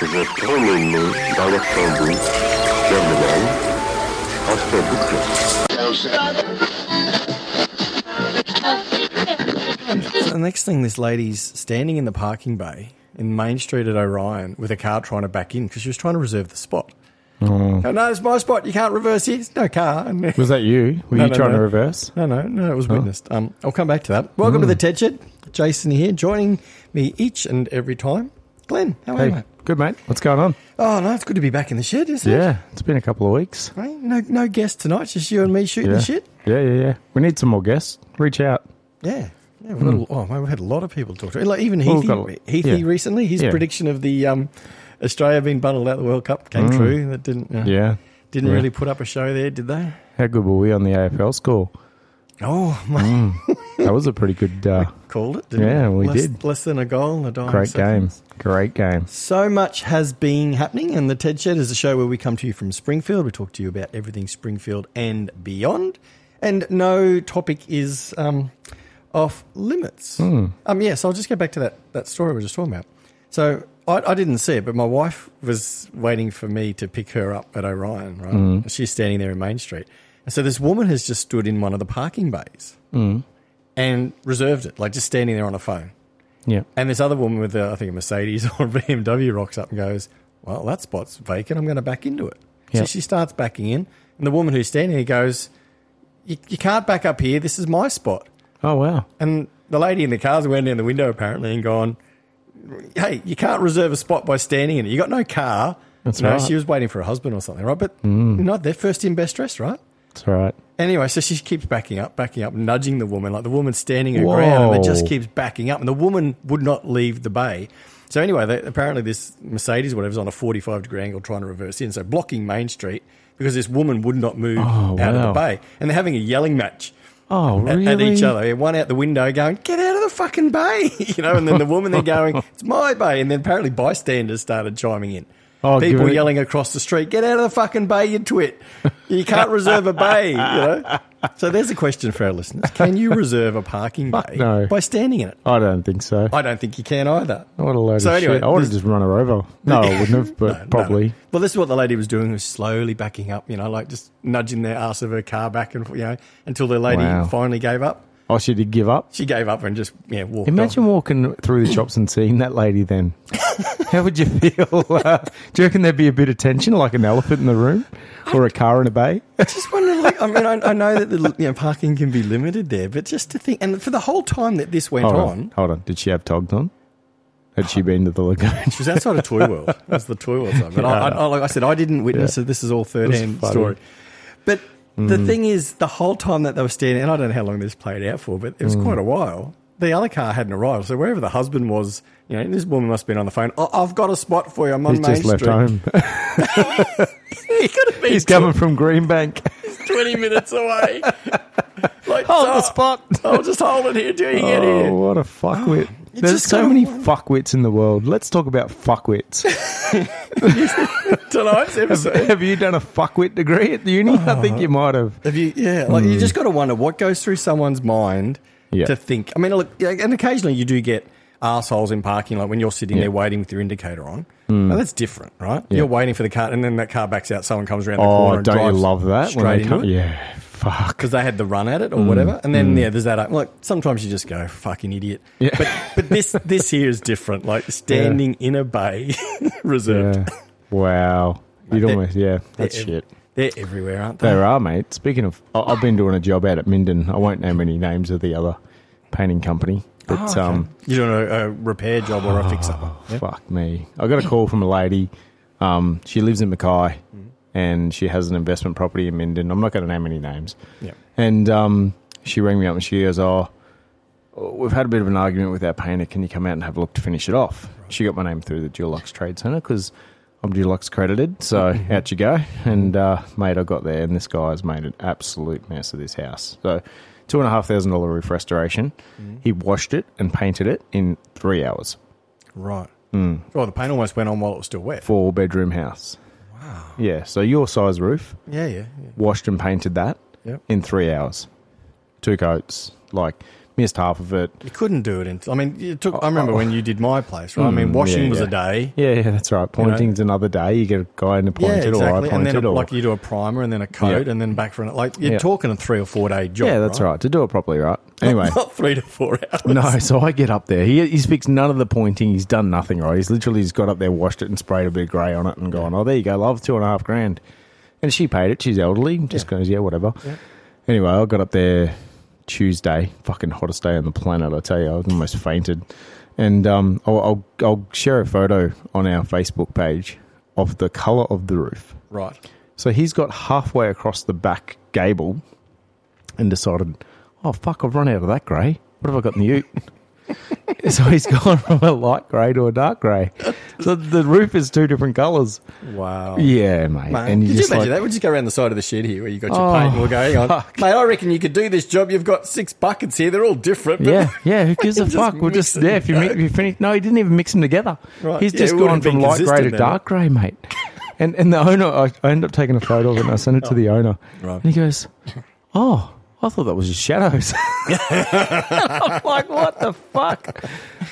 że płomienny dalek sądu terminal Ostrobudkę. So the next thing, this lady's standing in the parking bay in Main Street at Orion with a car trying to back in because she was trying to reserve the spot. Oh, no, it's my spot. You can't reverse here. It's no car. And- Was that you? Were No, you no, trying no. to reverse? No, no, no, it was witnessed. Um, I'll come back to that. Welcome Hmm. to the Ted Shed. Jason here, joining me each and every time. Glenn, how are you? Hey, mate? good mate. What's going on? Oh, no, it's good to be back in the shed, isn't it? Yeah, it's been a couple of weeks. Hey, No, no guest tonight, just you and me shooting Yeah. the shit. Yeah, yeah, yeah. We need some more guests. Reach out. Yeah. Yeah, we've, got a, oh, mate, we've had a lot of people talk to Like even Well, Heathy, Hmm. we've got a- Heathy yeah. recently, his Yeah. prediction of the um, Australia being bundled out of the World Cup came true. That didn't uh, Hmm. Yeah. didn't Yeah. really put up a show there, did they? How good were we on the AFL score? Oh, my, That was a pretty good, uh, called it. Didn't Hmm. Yeah, we less, did. Less than a goal, and a dime. great second. game. Great game. So much has been happening, and the TED Shed is a show where we come to you from Springfield. We talk to you about everything Springfield and beyond, and no topic is um, off limits. Um, yeah, so I'll just go back to that, that story we were just talking about. So I, I didn't see it, but my wife was waiting for me to pick her up at Orion, right? She's standing there in Main Street. And so this woman has just stood in one of the parking bays and reserved it, like just standing there on a phone. Yeah. And this other woman with, a, I think, a Mercedes or a BMW rocks up and goes, Well, that spot's vacant. I'm going to back into it. So Yeah. she starts backing in. And the woman who's standing there goes, you, you can't back up here. This is my spot. Oh, wow. And the lady in the car's went down the window apparently and gone, Hey, you can't reserve a spot by standing in it. You got no car. That's you know, right. Mm. She was waiting for her husband or something, right? But not their first in, best dressed, right? That's right. Anyway, so she keeps backing up, backing up, nudging the woman. Like the woman's standing her ground, and it just Whoa. keeps backing up. And the woman would not leave the bay. So anyway, they, apparently this Mercedes, whatever's on a forty-five degree angle, trying to reverse in, so blocking Main Street because this woman would not move Oh, out of the wow. bay, and they're having a yelling match. Oh, At, really? at each other, Yeah, one out the window going, "Get out of the fucking bay," you know, and then the woman they're going, "It's my bay," and then apparently bystanders started chiming in. Oh, People give it- yelling across the street, "Get out of the fucking bay, you twit! You can't reserve a bay." You know. So there's a question for our listeners: Can you reserve a parking bay no. by standing in it? I don't think so. I don't think you can either. What a load So of anyway, shit. I would have this- just run her over. No, I wouldn't have, but No, probably. no. Well, this is what the lady was doing: was slowly backing up, you know, like just nudging the ass of her car back and f- you know until the lady Wow. finally gave up. Oh, she did give up. She gave up and just yeah walked. off. Imagine walking through the shops and seeing that lady then. How would you feel? Uh, do you reckon there'd be a bit of tension, like an elephant in the room or a car in a bay? just wondering, like, I mean, I, I know that the you know, parking can be limited there, but just to think, and for the whole time that this went Hold on. on, Hold on. Did she have togs on? Had she been to the lagoon? she was outside of Toy World. It was the Toy World time. But I, I, I- like I said, I didn't witness Yeah. it. This is all was third-hand funny. Mm. story. But the thing is, the whole time that they were standing, and I don't know how long this played out for, but it Mm. was quite a while. The other car hadn't arrived, so wherever the husband was, you know, this woman must have been on the phone. Oh, I've got a spot for you. I'm on He's Main just left Street. home. He could have been He's coming from Greenbank. twenty minutes away. like, oh, On the spot. I'll just hold it here till you get Oh, here. what a fuckwit. You There's just so gotta- many fuckwits in the world. Let's talk about fuckwits. Tonight's episode. have you done a fuckwit degree at the uni? I Uh-huh. think you might have. Have you? Yeah, like you just got to wonder what goes through someone's mind Hmm. Yeah. to think. I mean, look, yeah, and occasionally you do get assholes in parking, like when you're sitting there waiting with your indicator on. Hmm. Now, that's different, right? You're waiting for the car, and then that car backs out. Someone comes around the corner. Oh, and don't you drives love that? Straight when they into come- it Yeah, Hmm. fuck. because they had the run at it or whatever. And then yeah, there's that. uh, Like sometimes you just go fucking idiot. Yeah. But but this this here is different. Like standing in a bay, reserved. Yeah. Wow. You'd they- almost, yeah, that's They're ev- shit. They're everywhere, aren't they? There are, mate. Speaking of, I- I've been doing a job out at Minden. I won't name any names of the other painting company, but um, You're doing a, a repair job or a Ah. fix up. fuck me. I got a call from a lady. Um, she lives in Mackay, and she has an investment property in Minden. I'm not going to name any names. Yeah. And um, she rang me up and she goes, "Oh, we've had a bit of an argument with our painter. Can you come out and have a look to finish it off?" She got my name through the Dulux Trade Centre because I'm Dulux credited. So out you go. And uh, mate, I got there, and this guy has made an absolute mess of this house. So two and a half thousand dollar roof restoration. He washed it and painted it in three hours. Right. Well, the paint almost went on while it was still wet. Hmm. Four bedroom house. Wow. Yeah. So your size roof, Yeah, yeah, yeah. washed and painted that Yep. in three hours, two coats, like missed half of it. You couldn't do it. In, I mean, it took. I remember when you did my place, right? I mean, washing Oh, Mm, Hmm, yeah, was yeah. a day. Yeah, yeah, that's right. Pointing's another day. You get a guy in a Yeah, pointed or I exactly. pointed And then, a, or like, you do a primer and then a coat Yeah. and then back for an. Like, you're Yeah. talking a three or four day job. yeah, that's right. To do it properly, right? Anyway, Not three to four hours. No, so I get up there. He, he's fixed none of the pointing. He's done nothing right. He's literally just got up there, washed it, and sprayed a bit of grey on it, and gone, "Oh, there you go, love, two and a half grand." And she paid it. She's elderly. Just goes, "Yeah, whatever." Anyway, I got up there Tuesday, fucking hottest day on the planet. I tell you, I almost fainted. And um, I'll, I'll I'll share a photo on our Facebook page of the color of the roof. Right. So he's got halfway across the back gable and decided, oh, fuck, I've run out of that grey. What have I got in the ute? so he's gone from a light grey to a dark grey. So the roof is two different colours. Wow. Yeah, mate. Mate, and could you you just imagine like, that? We'll just go around the side of the shed here where you got your Oh, paint and we'll go, hang on. fuck. Mate, I reckon you could do this job. You've got six buckets here. They're all different. But Yeah, yeah. Who gives a Just fuck? We'll mix just it. yeah. If you, mi- if you finish, no, he didn't even mix them together. Right. He's Yeah, just it gone would've from been light grey to consistent then. dark grey, mate. And and the owner, I, I ended up taking a photo of it and I sent it to the owner. Oh. Right. And he goes, "Oh, I thought that was just shadows." I'm like, "What the fuck?"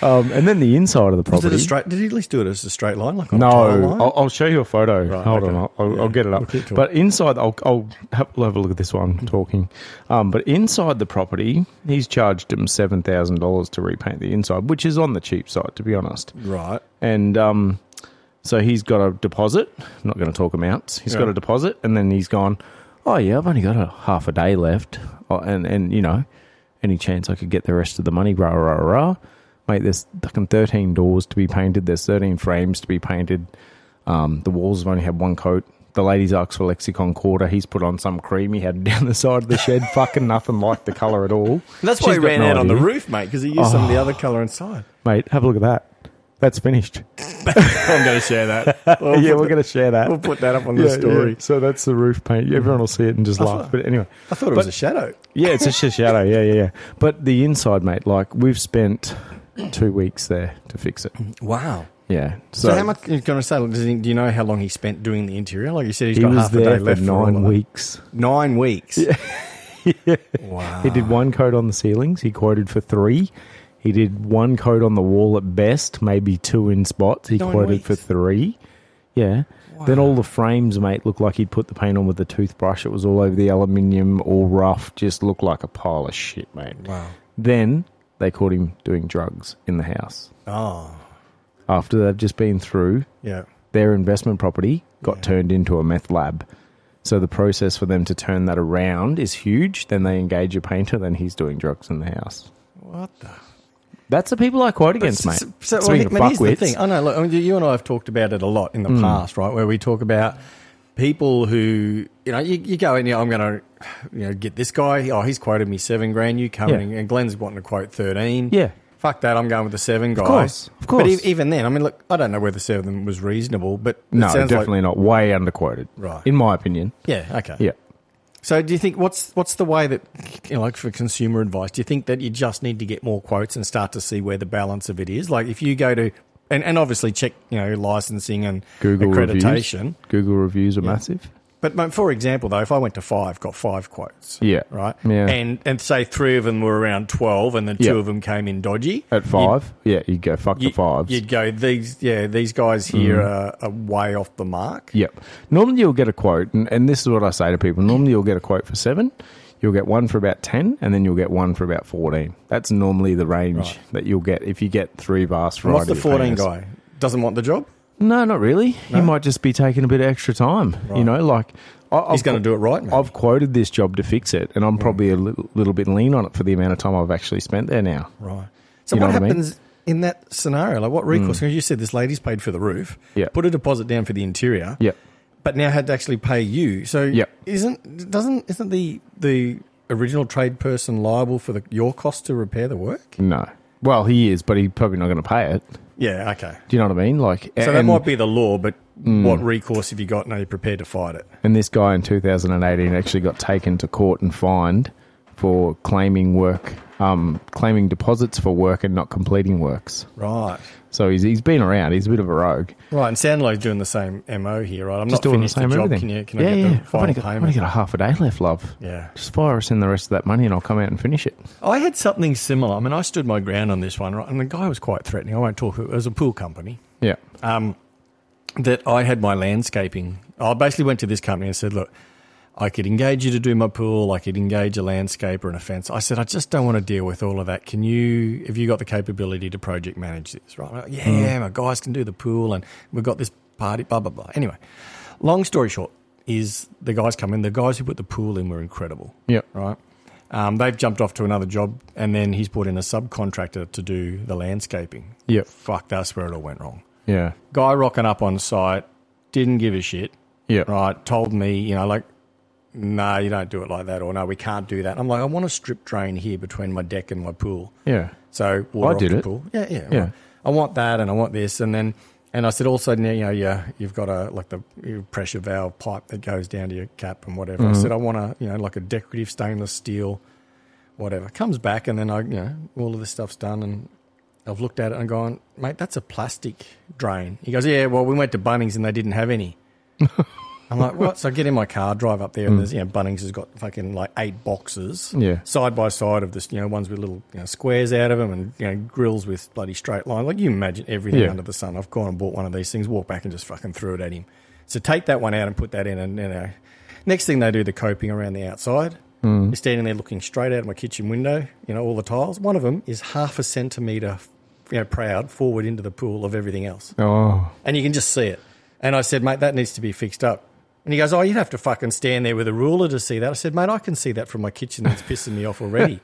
Um, and then the inside of the Is it property. a straight, did he at least do it as a straight line? Like on a tile No, Oh. line? I'll, I'll show you a photo. Hold okay. on, I'll, I'll, I'll get it We'll up. keep talking. but inside, I'll, I'll have, we'll have a look at this one talking. Um, but inside the property, he's charged him seven thousand dollars to repaint the inside, which is on the cheap side, to be honest. Right. And um, so he's got a deposit. I'm not going to talk amounts. He's got Yeah. a deposit, and then he's gone. Oh yeah, I've only got a half a day left, oh, and and you know, any chance I could get the rest of the money? Rah rah rah. Mate, there's fucking thirteen doors to be painted. There's thirteen frames to be painted. Um, the walls have only had one coat. The lady's asked for lexicon quarter. He's put on some cream. He had down the side of the shed. fucking nothing like the color at all. That's why She's he got ran no out on the idea. roof, mate, because he used some of the other colour inside. Mate, have a look at that. That's finished. I'm going to share that. yeah, we're going to share that. We'll put that up on Yeah, the story. yeah. So that's the roof paint. Everyone will see it and just laugh. thought- but anyway, I thought it was a shadow. Mm-hmm. yeah, it's just a shadow. Yeah, yeah, yeah. But the inside, mate, like we've spent two weeks there to fix it. Wow. Yeah. So, So, how much going to say? does he- Do you know how long he spent doing the interior? Like you said, he's He got was half a day there for left. all nine of that. weeks. Nine weeks. Wow. He did one coat on the ceilings. He quoted for three. He did one coat on the wall at best, maybe two in spots. He Nine quoted weeks. for three. Yeah. Then all the frames, mate, looked like he'd put the paint on with a toothbrush. It was all over the aluminium, all rough. Just looked like a pile of shit, mate. Wow. Then they caught him doing drugs in the house Oh. after they've just been through Yeah. their investment property got turned into a meth lab. So the process for them to turn that around is huge. Then they engage a painter, then he's doing drugs in the house. What the? That's the people I quote against, mate. So, well, Speaking he- but of here's the fuckwits, thing. I know. Look, I mean, you and I have talked about it a lot in the Hmm. past, right? Where we talk about people who, you know, you, you go in, you know, I'm going to, you know, get this guy. Oh, he's quoted me seven grand. You come Yeah. in, and Glenn's wanting to quote thirteen. Yeah. Fuck that! I'm going with the seven guy. course, of But course. e- even then, I mean, look, I don't know whether seven was reasonable, but it no, sounds definitely Like, not. Way underquoted, Right. In my opinion, yeah. Okay. yeah. So, do you think what's what's the way that, you know, like for consumer advice, do you think that you just need to get more quotes and start to see where the balance of it is? Like, if you go to and, and obviously check, you know, licensing and Google accreditation. reviews. Google reviews are massive. But like, for example, though, if I went to five, got five quotes, Yeah. right, Yeah. and and say three of them were around twelve, and then two Yeah. of them came in dodgy At five, yeah, you go fuck you, the fives. Mm-hmm. You'd go these, yeah, these guys here are, are way off the mark. Yep. Normally you'll get a quote, and, and this is what I say to people. Normally you'll get a quote for seven, you'll get one for about 10, and then you'll get one for about 14. That's normally the range that you'll get if you get three vast What's variety the of fourteen painters. guy? Doesn't want the job. No, not really. He might just be taking a bit of extra time. You know, like... I, He's going to do it Mm. right. Mate. I've quoted this job to fix it, and I'm probably a little, little bit lean on it for the amount of time I've actually spent there now. Right. So You know what what I mean? Mm. happens in that scenario? Like what recourse? 'Cause You said this lady's paid for the roof. Yeah. Put a deposit down for the interior. Yep. But now had to actually pay you. So Yeah. isn't doesn't isn't the the original trade person liable for the, your cost to repair the work? No. Well, he is, but he's probably not going to pay it. Yeah. Okay. Do you know what I mean? Like, So that and- Mm. might be the law, but what recourse have you got? and are you prepared to fight it. And this guy in 2018 actually got taken to court and fined for claiming work, um, claiming deposits for work and not completing works. Right. So he's, he's been around. He's a bit of a rogue. Right, and Sandlow's doing the same MO here, right? I'm Just not doing the finished same job. Can, everything. you, can yeah, I get yeah. the I've only final got, I've only payment? got a half a day left, love. Yeah. Just fire us in the rest of that money and I'll come out and finish it. I had something similar. I mean, I stood my ground on this one, right? And the guy was quite threatening. I won't talk. who- It was a pool company. Yeah. um, that I had my landscaping. I basically went to this company and said, look, I could engage you to do my pool. I could engage a landscaper and a fence. I said, I just don't want to deal with all of that. Can you, have you got the capability to project manage this? Right? Like, yeah, my guys can do the pool and we've got this party, blah, blah, blah. Anyway, long story short is the guys come in. The guys who put the pool in were incredible Yeah. right? Um, they've jumped off to another job, and then he's brought in a subcontractor to do the landscaping. Yep. Fuck, that's where it all went wrong. Yeah. Guy rocking up on site, didn't give a shit, Yeah. right? Told me, you know, like, no, you don't do it like that, or no, we can't do that. I'm like, I want a strip drain here between my deck and my pool. Yeah. So water I off did the it. pool. Yeah, yeah, Yeah. right. I want that, and I want this, and then, and I said also, you know, yeah, you've got a like the your pressure valve pipe that goes down to your cap and whatever. Mm-hmm. I said I want a, you know, like a decorative stainless steel, whatever. Comes back, and then I, you know, all of this stuff's done, and I've looked at it and gone, mate, that's a plastic drain. He goes, yeah, well, we went to Bunnings and they didn't have any. I'm like, what? So I get in my car, drive up there, and there's, you know, Bunnings has got fucking like eight boxes, Mm. Yeah. side by side of this, you know, ones with little you know, squares out of them and you know grills with bloody straight line. Like you imagine everything Yeah. under the sun. I've gone and bought one of these things, walked back and just fucking threw it at him. So take that one out and put that in, and you know, next thing they do, the coping around the outside. You're standing there looking straight out of my kitchen window. You know all the tiles. One of them is half a centimeter, you know, proud forward into the pool of everything else Oh. and you can just see it. And I said, mate, that needs to be fixed up. And he goes, oh, you'd have to fucking stand there with a ruler to see that. I said, mate, I can see that from my kitchen. That's pissing me off already.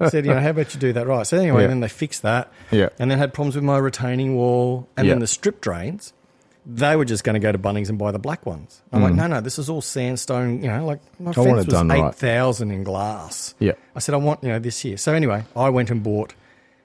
I said, you know, how about you do that right? So anyway, Yeah. then they fixed that. Yeah. And then had problems with my retaining wall. And Yeah. then the strip drains, they were just going to go to Bunnings and buy the black ones. I'm like, no, no, this is all sandstone. You know, like my want fence it was Hmm. done right. 8,000 in glass. Yeah. I said, I want, you know, this here. So anyway, I went and bought,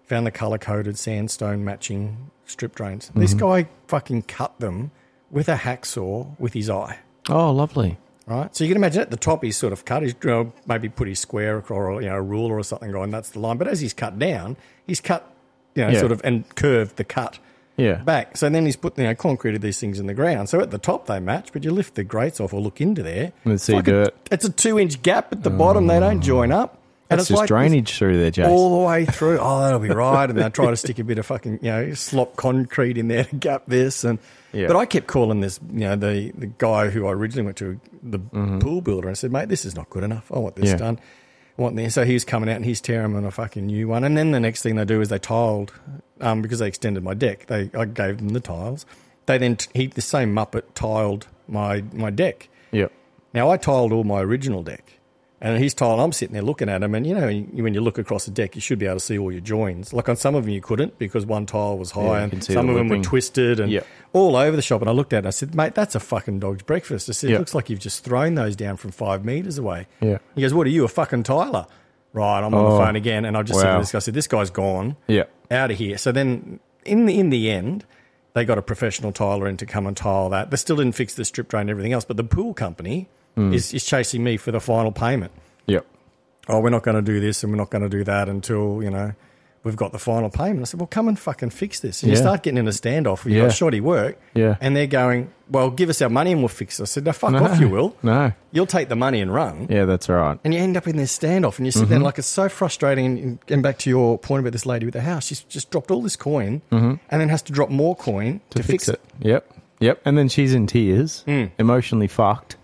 found the color coded sandstone matching strip drains. This Mm-hmm. guy fucking cut them with a hacksaw with his eye. Oh, lovely. Right, so you can imagine at the top he's sort of cut. He's you know, maybe put his square across, or you know, a ruler or something going. That's the line. But as he's cut down, he's cut, you know, Yeah. sort of and curved the cut Yeah. back. So then he's put you know concreted these things in the ground. So at the top they match, but you lift the grates off or look into there, And it's see like a- dirt. Oh. it's a two inch gap at the bottom. They don't join up. And That's it's just like this- drainage through there, Jason. all the way through. Oh, that'll be right. And they'll try to stick a bit of fucking, you know, slop concrete in there to gap this. And Yeah. but I kept calling this, you know, the the guy who I originally went to, the pool builder, and said, mate, this is not good enough. I want this Mm-hmm. Yeah. done. I want this. So he was coming out and he's tearing on a fucking new one. And then the next thing they do is they tiled um, because they extended my deck. They I gave them the tiles. They then t- he the same muppet tiled my my deck. Yep. Now I tiled all my original deck, and he's tiled. I'm sitting there looking at him, and you know you- when you look across the deck, you should be able to see all your joins. Like on some of them you couldn't because one tile was high, you can and see some the of them were whipping. twisted and Yep. all over the shop. And I looked at it, and I said, "Mate, that's a fucking dog's breakfast." I said, "It Yep. looks like you've just thrown those down from five meters away." Yeah. He goes, "What are you, a fucking tiler?" Right, I'm on Oh. the phone again, and I just said Wow. to this guy, I said, "This guy's gone." Yeah. out of here. So then, in the, in the end, they got a professional tiler in to come and tile that. They still didn't fix the strip drain and everything else, but the pool company Hmm. is, is chasing me for the final payment. Yep. Oh, we're not going to do this and we're not going to do that until, you know, we've got the final payment. I said, well, come and fucking fix this. And you Yeah. start getting in a standoff. You've Yeah. got shoddy work. Yeah. And they're going, well, give us our money and we'll fix it. I said, no, fuck off, you will. No. You'll take the money and run Yeah, that's all right. and you end up in this standoff and you sit there Mm-hmm. like it's so frustrating and, and back to your point about this lady with the house she's just dropped all this coin Mm-hmm. and then has to drop more coin to, fix, it. Hmm. Yep. Yep. And then she's in tears, emotionally fucked.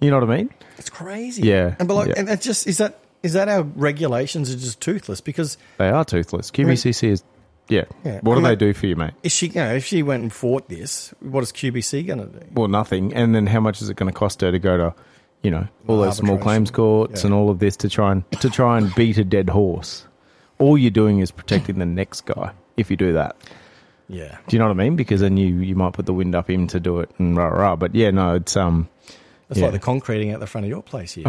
You know what I mean? it's crazy Yeah, and but like yeah. and that just is that is that our regulations are just toothless because They are toothless. QBCC is, yeah. Yeah. What do I they mean- do for you, mate? if she you know if she went and fought this what is QBC going to do Well, nothing. And then how much is it going to cost her to go to, you know, all those small Arbitration. claims courts Yeah. and all of this to try and to try and beat a dead horse? All you're doing is protecting the next guy if you do that. yeah Do you know what I mean? Because then you you might put the wind up him to do it and rah rah. But yeah, no, it's um, that's Yeah. Oh. like the concreting out the front of your place here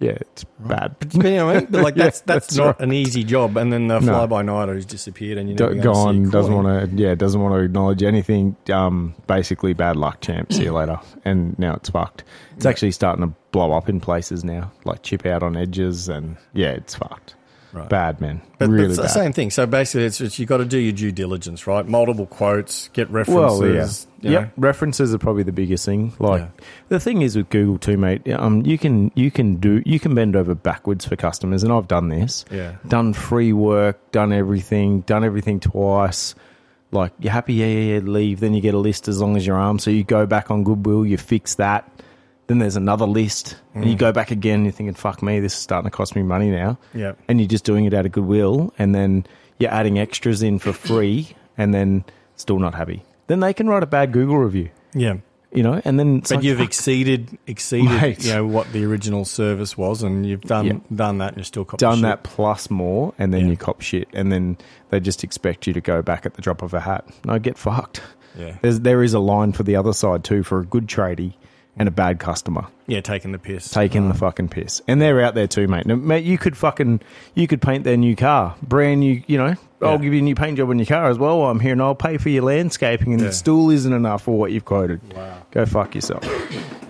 yeah, it's bad. but you know what I mean? but like Yeah, that's that's, that's not right. an easy job and then the No. fly by nighter who's disappeared and you never D- gonna see a gone. Doesn't coin. want to. Yeah, doesn't want to acknowledge anything. Um, basically, bad luck, champ. Mm. See you later. And now it's fucked. It's actually starting to blow up in places now, like chip out on edges, and yeah, it's fucked. Right. Bad man, But, really but it's the bad. same thing. So basically, it's, it's you've got to do your due diligence, right? Multiple quotes, get references. Well, yeah, you know. yep. References are probably the biggest thing. Like Yeah. the thing is with Google too, mate. Um, you can you can do you can bend over backwards for customers, and I've done this. Yeah. done free work, done everything, done everything twice. Like you're happy, yeah, yeah, yeah. Leave, then you get a list as long as your arm. So you go back on Goodwill, you fix that. Then there's another list, and Mm. you go back again. And you're thinking, "Fuck me, this is starting to cost me money now." Yeah. and you're just doing it out of goodwill, and then you're adding extras in for free, and then still not happy. Then they can write a bad Google review, Yeah. you know, and then it's But like, you've fuck, exceeded exceeded Mate. you know what the original service was, and you've done Yeah. done that, and you're still copying done shit. that plus more, and then Yeah. you cop shit, and then they just expect you to go back at the drop of a hat. No, get fucked. Yeah. There's, there is a line for the other side too for a good tradie and a bad customer. Yeah, taking the piss. taking the fucking piss, and they're out there too, mate. Now, mate, you could fucking you could paint their new car, brand new. You know, Yeah. I'll give you a new paint job on your car as well. While I'm here, and I'll pay for your landscaping, and Yeah. the stool isn't enough for what you've quoted. Wow, go fuck yourself.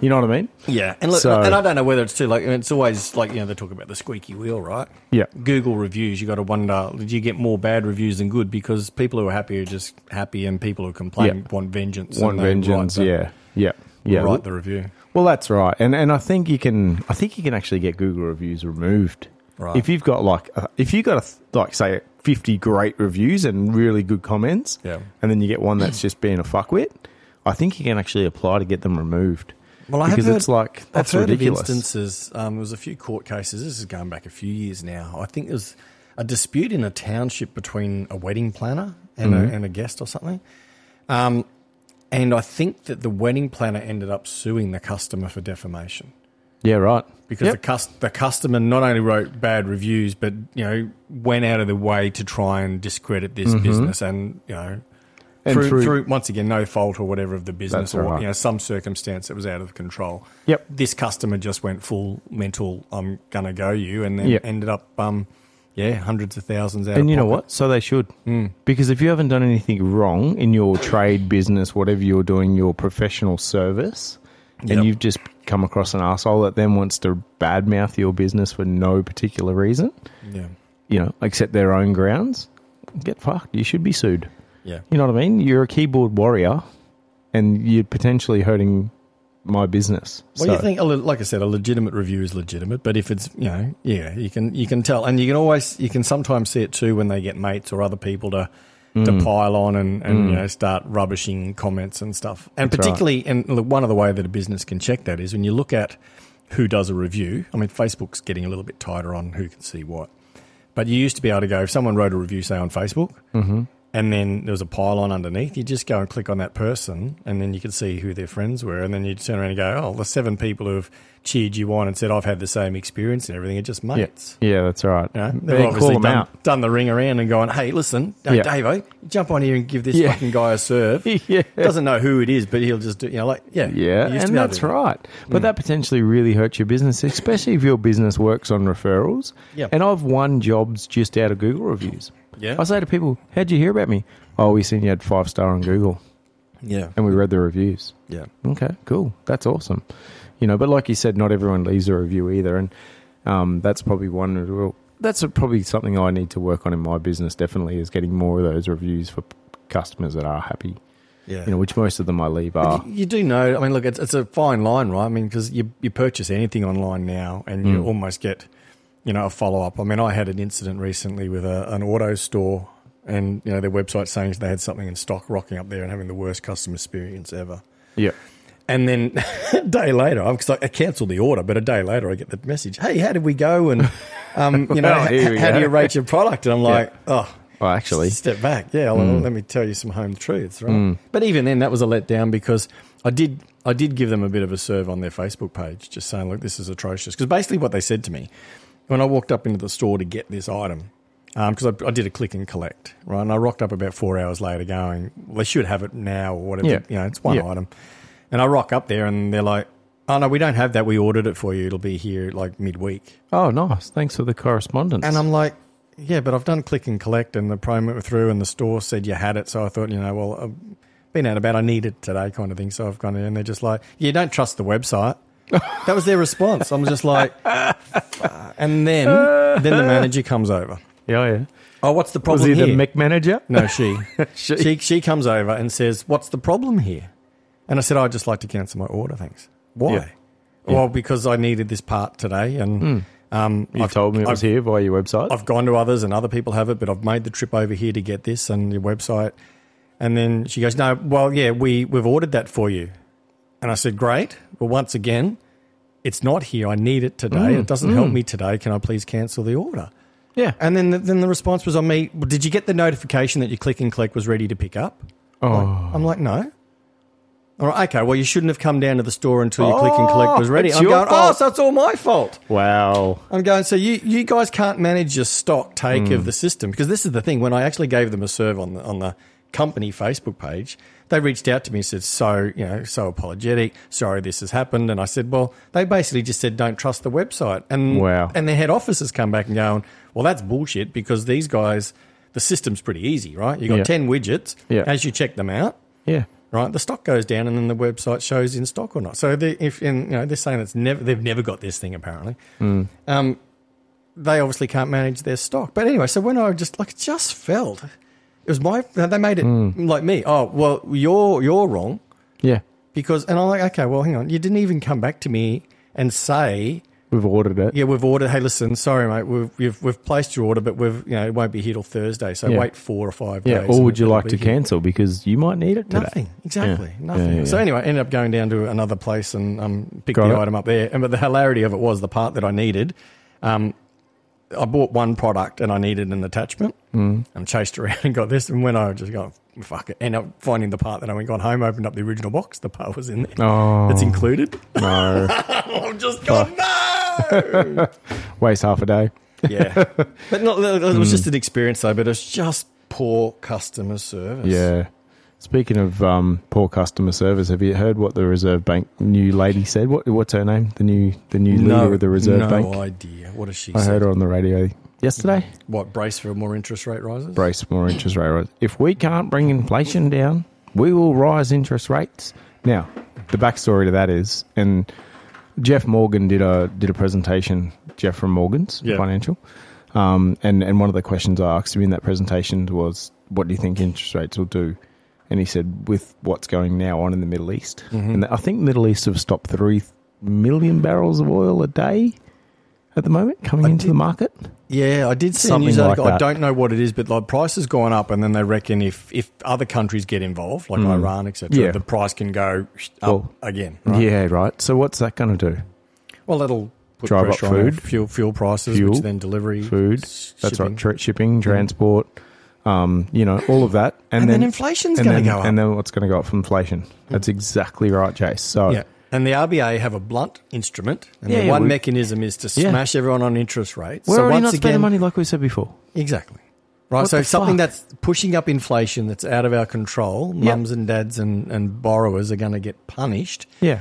You know what I mean? Yeah, and look, So- and I don't know whether it's too like it's always like you know they talk about the squeaky wheel, right? Yeah. Google reviews, you got to wonder did you get more bad reviews than good because people who are happy are just happy, and people who complain Yeah. want vengeance. Want and they vengeance? write the- yeah, yeah, yeah. write the review. Well, that's right, and and I think you can. I think you can actually get Google reviews removed. Right. If you've got like, a, if you got a, th- like say fifty great reviews and really good comments, Yeah. and then you get one that's just being a fuckwit, I think you can actually apply to get them removed. Well, I have because heard, it's like that's I've heard ridiculous. Of instances, um, there was a few court cases. This is going back a few years now. I think there was a dispute in a township between a wedding planner and, Mm-hmm. a, and a guest or something. Um, and I think that the wedding planner ended up suing the customer for defamation yeah, right. because the, cus- the customer not only wrote bad reviews but you know went out of their way to try and discredit this business and you know Mm-hmm. through, And through, through- once again no fault or whatever of the business That's or right. you know some circumstance that was out of control. Yep. This customer just went full mental. I'm gonna go you, and then Yep. ended up um yeah hundreds of thousands out. and of you know pocket. Hmm. what? So they should. Because if you haven't done anything wrong in your trade, business, whatever you're doing, your professional service, Yep. and you've just come across an asshole that then wants to badmouth your business for no particular reason, Yeah. you know, except their own grounds, get fucked. You should be sued. Yeah. You know what I mean? You're a keyboard warrior and you're potentially hurting my business. Well, so, you think, a le- like I said, a legitimate review is legitimate, but if it's you know, yeah, you can you can tell, and you can always you can sometimes see it too when they get mates or other people to Mm. to pile on and and you know start rubbishing comments and stuff, and That's right. particularly and look, one of the way that a business can check that is when you look at who does a review. I mean, Facebook's getting a little bit tighter on who can see what, but you used to be able to go if someone wrote a review, say on Facebook. Mm-hmm. And then there was a pile on underneath. You just go and click on that person, and then you could see who their friends were. And then you turn around and go, "Oh, the seven people who've cheered you on and said I've had the same experience and everything are just Yeah, mates." yeah, that's right. You know? They They've call obviously them done, out. done the ring around and gone, "Hey, listen, hey, Yeah. Davo, jump on here and give this Yeah. fucking guy a serve." Yeah. Doesn't know who it is, but he'll just do. You know, like yeah, Yeah, You used to and be able that's to- Mm. right. But that potentially really hurts your business, especially if your business works on referrals. Yeah. And I've won jobs just out of Google reviews. Yeah. I say to people, "How'd you hear about me?" Oh, we seen you had five star on Google, Yeah, and we read the reviews. yeah, Okay, cool. That's awesome. You know, but like you said, not everyone leaves a review either, and um, that's probably one. real- That's a, probably something I need to work on in my business. Definitely is getting more of those reviews for p- customers that are happy. yeah. You know, which most of them I leave are. You do know. I mean, look, it's, it's a fine line, right? I mean, because you you purchase anything online now, and you almost get, you know, a follow up. I mean, I had an incident recently with a, an auto store, and you know, their website saying they had something in stock, rocking up there and having the worst customer experience ever. Yeah. And then a day later, because I, I cancelled the order, but a day later I get the message, "Hey, how did we go?" And um, you know, Well, h- here we how do go. you rate your product? And I'm like, oh, Well, actually, mm. Step back. Yeah, well, let me tell you some home truths, right? But even then, that was a letdown because I did I did give them a bit of a serve on their Facebook page, just saying, look, this is atrocious. Because basically, what they said to me when I walked up into the store to get this item, because I, I did a click and collect, right? And I rocked up about four hours later, going, they should have it now or whatever. Yeah. You know, it's one Yeah. item, and I rock up there, and they're like, oh no, we don't have that. We ordered it for you. It'll be here like midweek. Oh, nice. Thanks for the correspondence. And I'm like, yeah, but I've done click and collect, and the promo went through, and the store said you had it. So I thought, you know, well, I've been out and about, I need it today, kind of thing. So I've gone in, and they're just like, you don't trust the website. That was their response. I'm just like, "Fuck." and then then the manager comes over. Yeah, yeah. Oh, what's the Was problem he here? the Mech manager? no, she. She- she she comes over and says, "What's the problem here?" And I said, "I'd just like to cancel my order, thanks." Why? Yeah. Hmm. Well, because I needed this part today, and um, You told me it was I've, here via your website. I've gone to others, and other people have it, but I've made the trip over here to get this and your website. And then she goes, "No, well, yeah, we we've ordered that for you." And I said, "Great. Well, once again, it's not here. I need it today. Hmm. it doesn't help me today. Can I please cancel the order?" yeah. And then the, then the response was on me. "Well, Did you get the notification that your click and click was ready to pick up? oh. I'm like, no. All right, okay. Well, you shouldn't have come down to the store until your click and collect was ready. it's I'm your going, oh, fault. so it's all my fault. Wow. I'm going, so you, you guys can't manage your stock take Hmm. of the system because this is the thing. When I actually gave them a serve on the, on the company Facebook page, they reached out to me and said, so you know, so apologetic. Sorry, this has happened. And I said, well, they basically just said, don't trust the website. And Wow. and their head office has come back and going, well, that's bullshit because these guys, the system's pretty easy, right? You got Yeah. ten widgets. Yeah. As you check them out Yeah. right? The stock goes down, and then the website shows in stock or not. So they, if and, you know they're saying it's never they've never got this thing apparently. Hmm. Um, they obviously can't manage their stock. But anyway, so when I just like it just felt it was my they made it Hmm. like me. Oh well, you're you're wrong Yeah. because and I'm like okay, well hang on, you didn't even come back to me and say We've ordered it. yeah, we've ordered. Hey, listen, sorry, mate. We've we've, we've placed your order, but we've you know it won't be here till Thursday. So Yeah. wait four or five Yeah. days. Or and would you it'll like be to here. cancel because you might need it today? Nothing. Exactly. Yeah. Nothing. Yeah, yeah, So yeah. anyway, I ended up going down to another place and um, picked Got the it. item up there. And but the hilarity of it was the part that I needed. Um, I bought one product and I needed an attachment. Mm. And chased around and got this. And when I just got fuck it, end up finding the part that I went gone home, opened up the original box, the part was in there. Oh. It's included. No. I'm just gone no. Waste half a day. yeah, but not. It Mm. was just an experience though. But it's just poor customer service. Yeah. Speaking of um, poor customer service, have you heard what the Reserve Bank new lady said? What, what's her name? The new the new leader of the Reserve no Bank. idea. What does she I say? heard her on the radio yesterday. What brace for more interest rate rises? Brace more interest rate rise. If we can't bring inflation down, we will rise interest rates. Now, the backstory to that is, and Jeff Morgan did a did a presentation. Jeff from Morgan's Yeah. Financial, um, and and one of the questions I asked him in that presentation was, "What do you think interest rates will do?" And he said, "With what's going now on in the Middle East, and I think Middle East have stopped three million barrels of oil a day." At the moment, coming into the market, Yeah, I did see a Something news like article. I that. don't know what it is, but like price has gone up, and then they reckon if if other countries get involved, like Iran, etc., Hmm. Yeah. the price can go up Well, again. Right? yeah, right. So what's that going to do? Well, that'll put Drive up pressure on food. fuel fuel prices, which Fuel, then delivery, food. s- That's shipping. right. Tra- shipping, transport, um, you know, all of that. And, And then inflation's and gonna then- go up. Hmm. And then what's going to go up from inflation? That's exactly right, Chase. So Yeah. And the RBA have a blunt instrument, and the Yeah, one we- mechanism is to Yeah. smash everyone on interest rates. we're so already once not again, spending money like we said before. Exactly. Right. What so the something fuck? that's pushing up inflation that's out of our control, mums and dads and, and borrowers are going to get punished Yeah.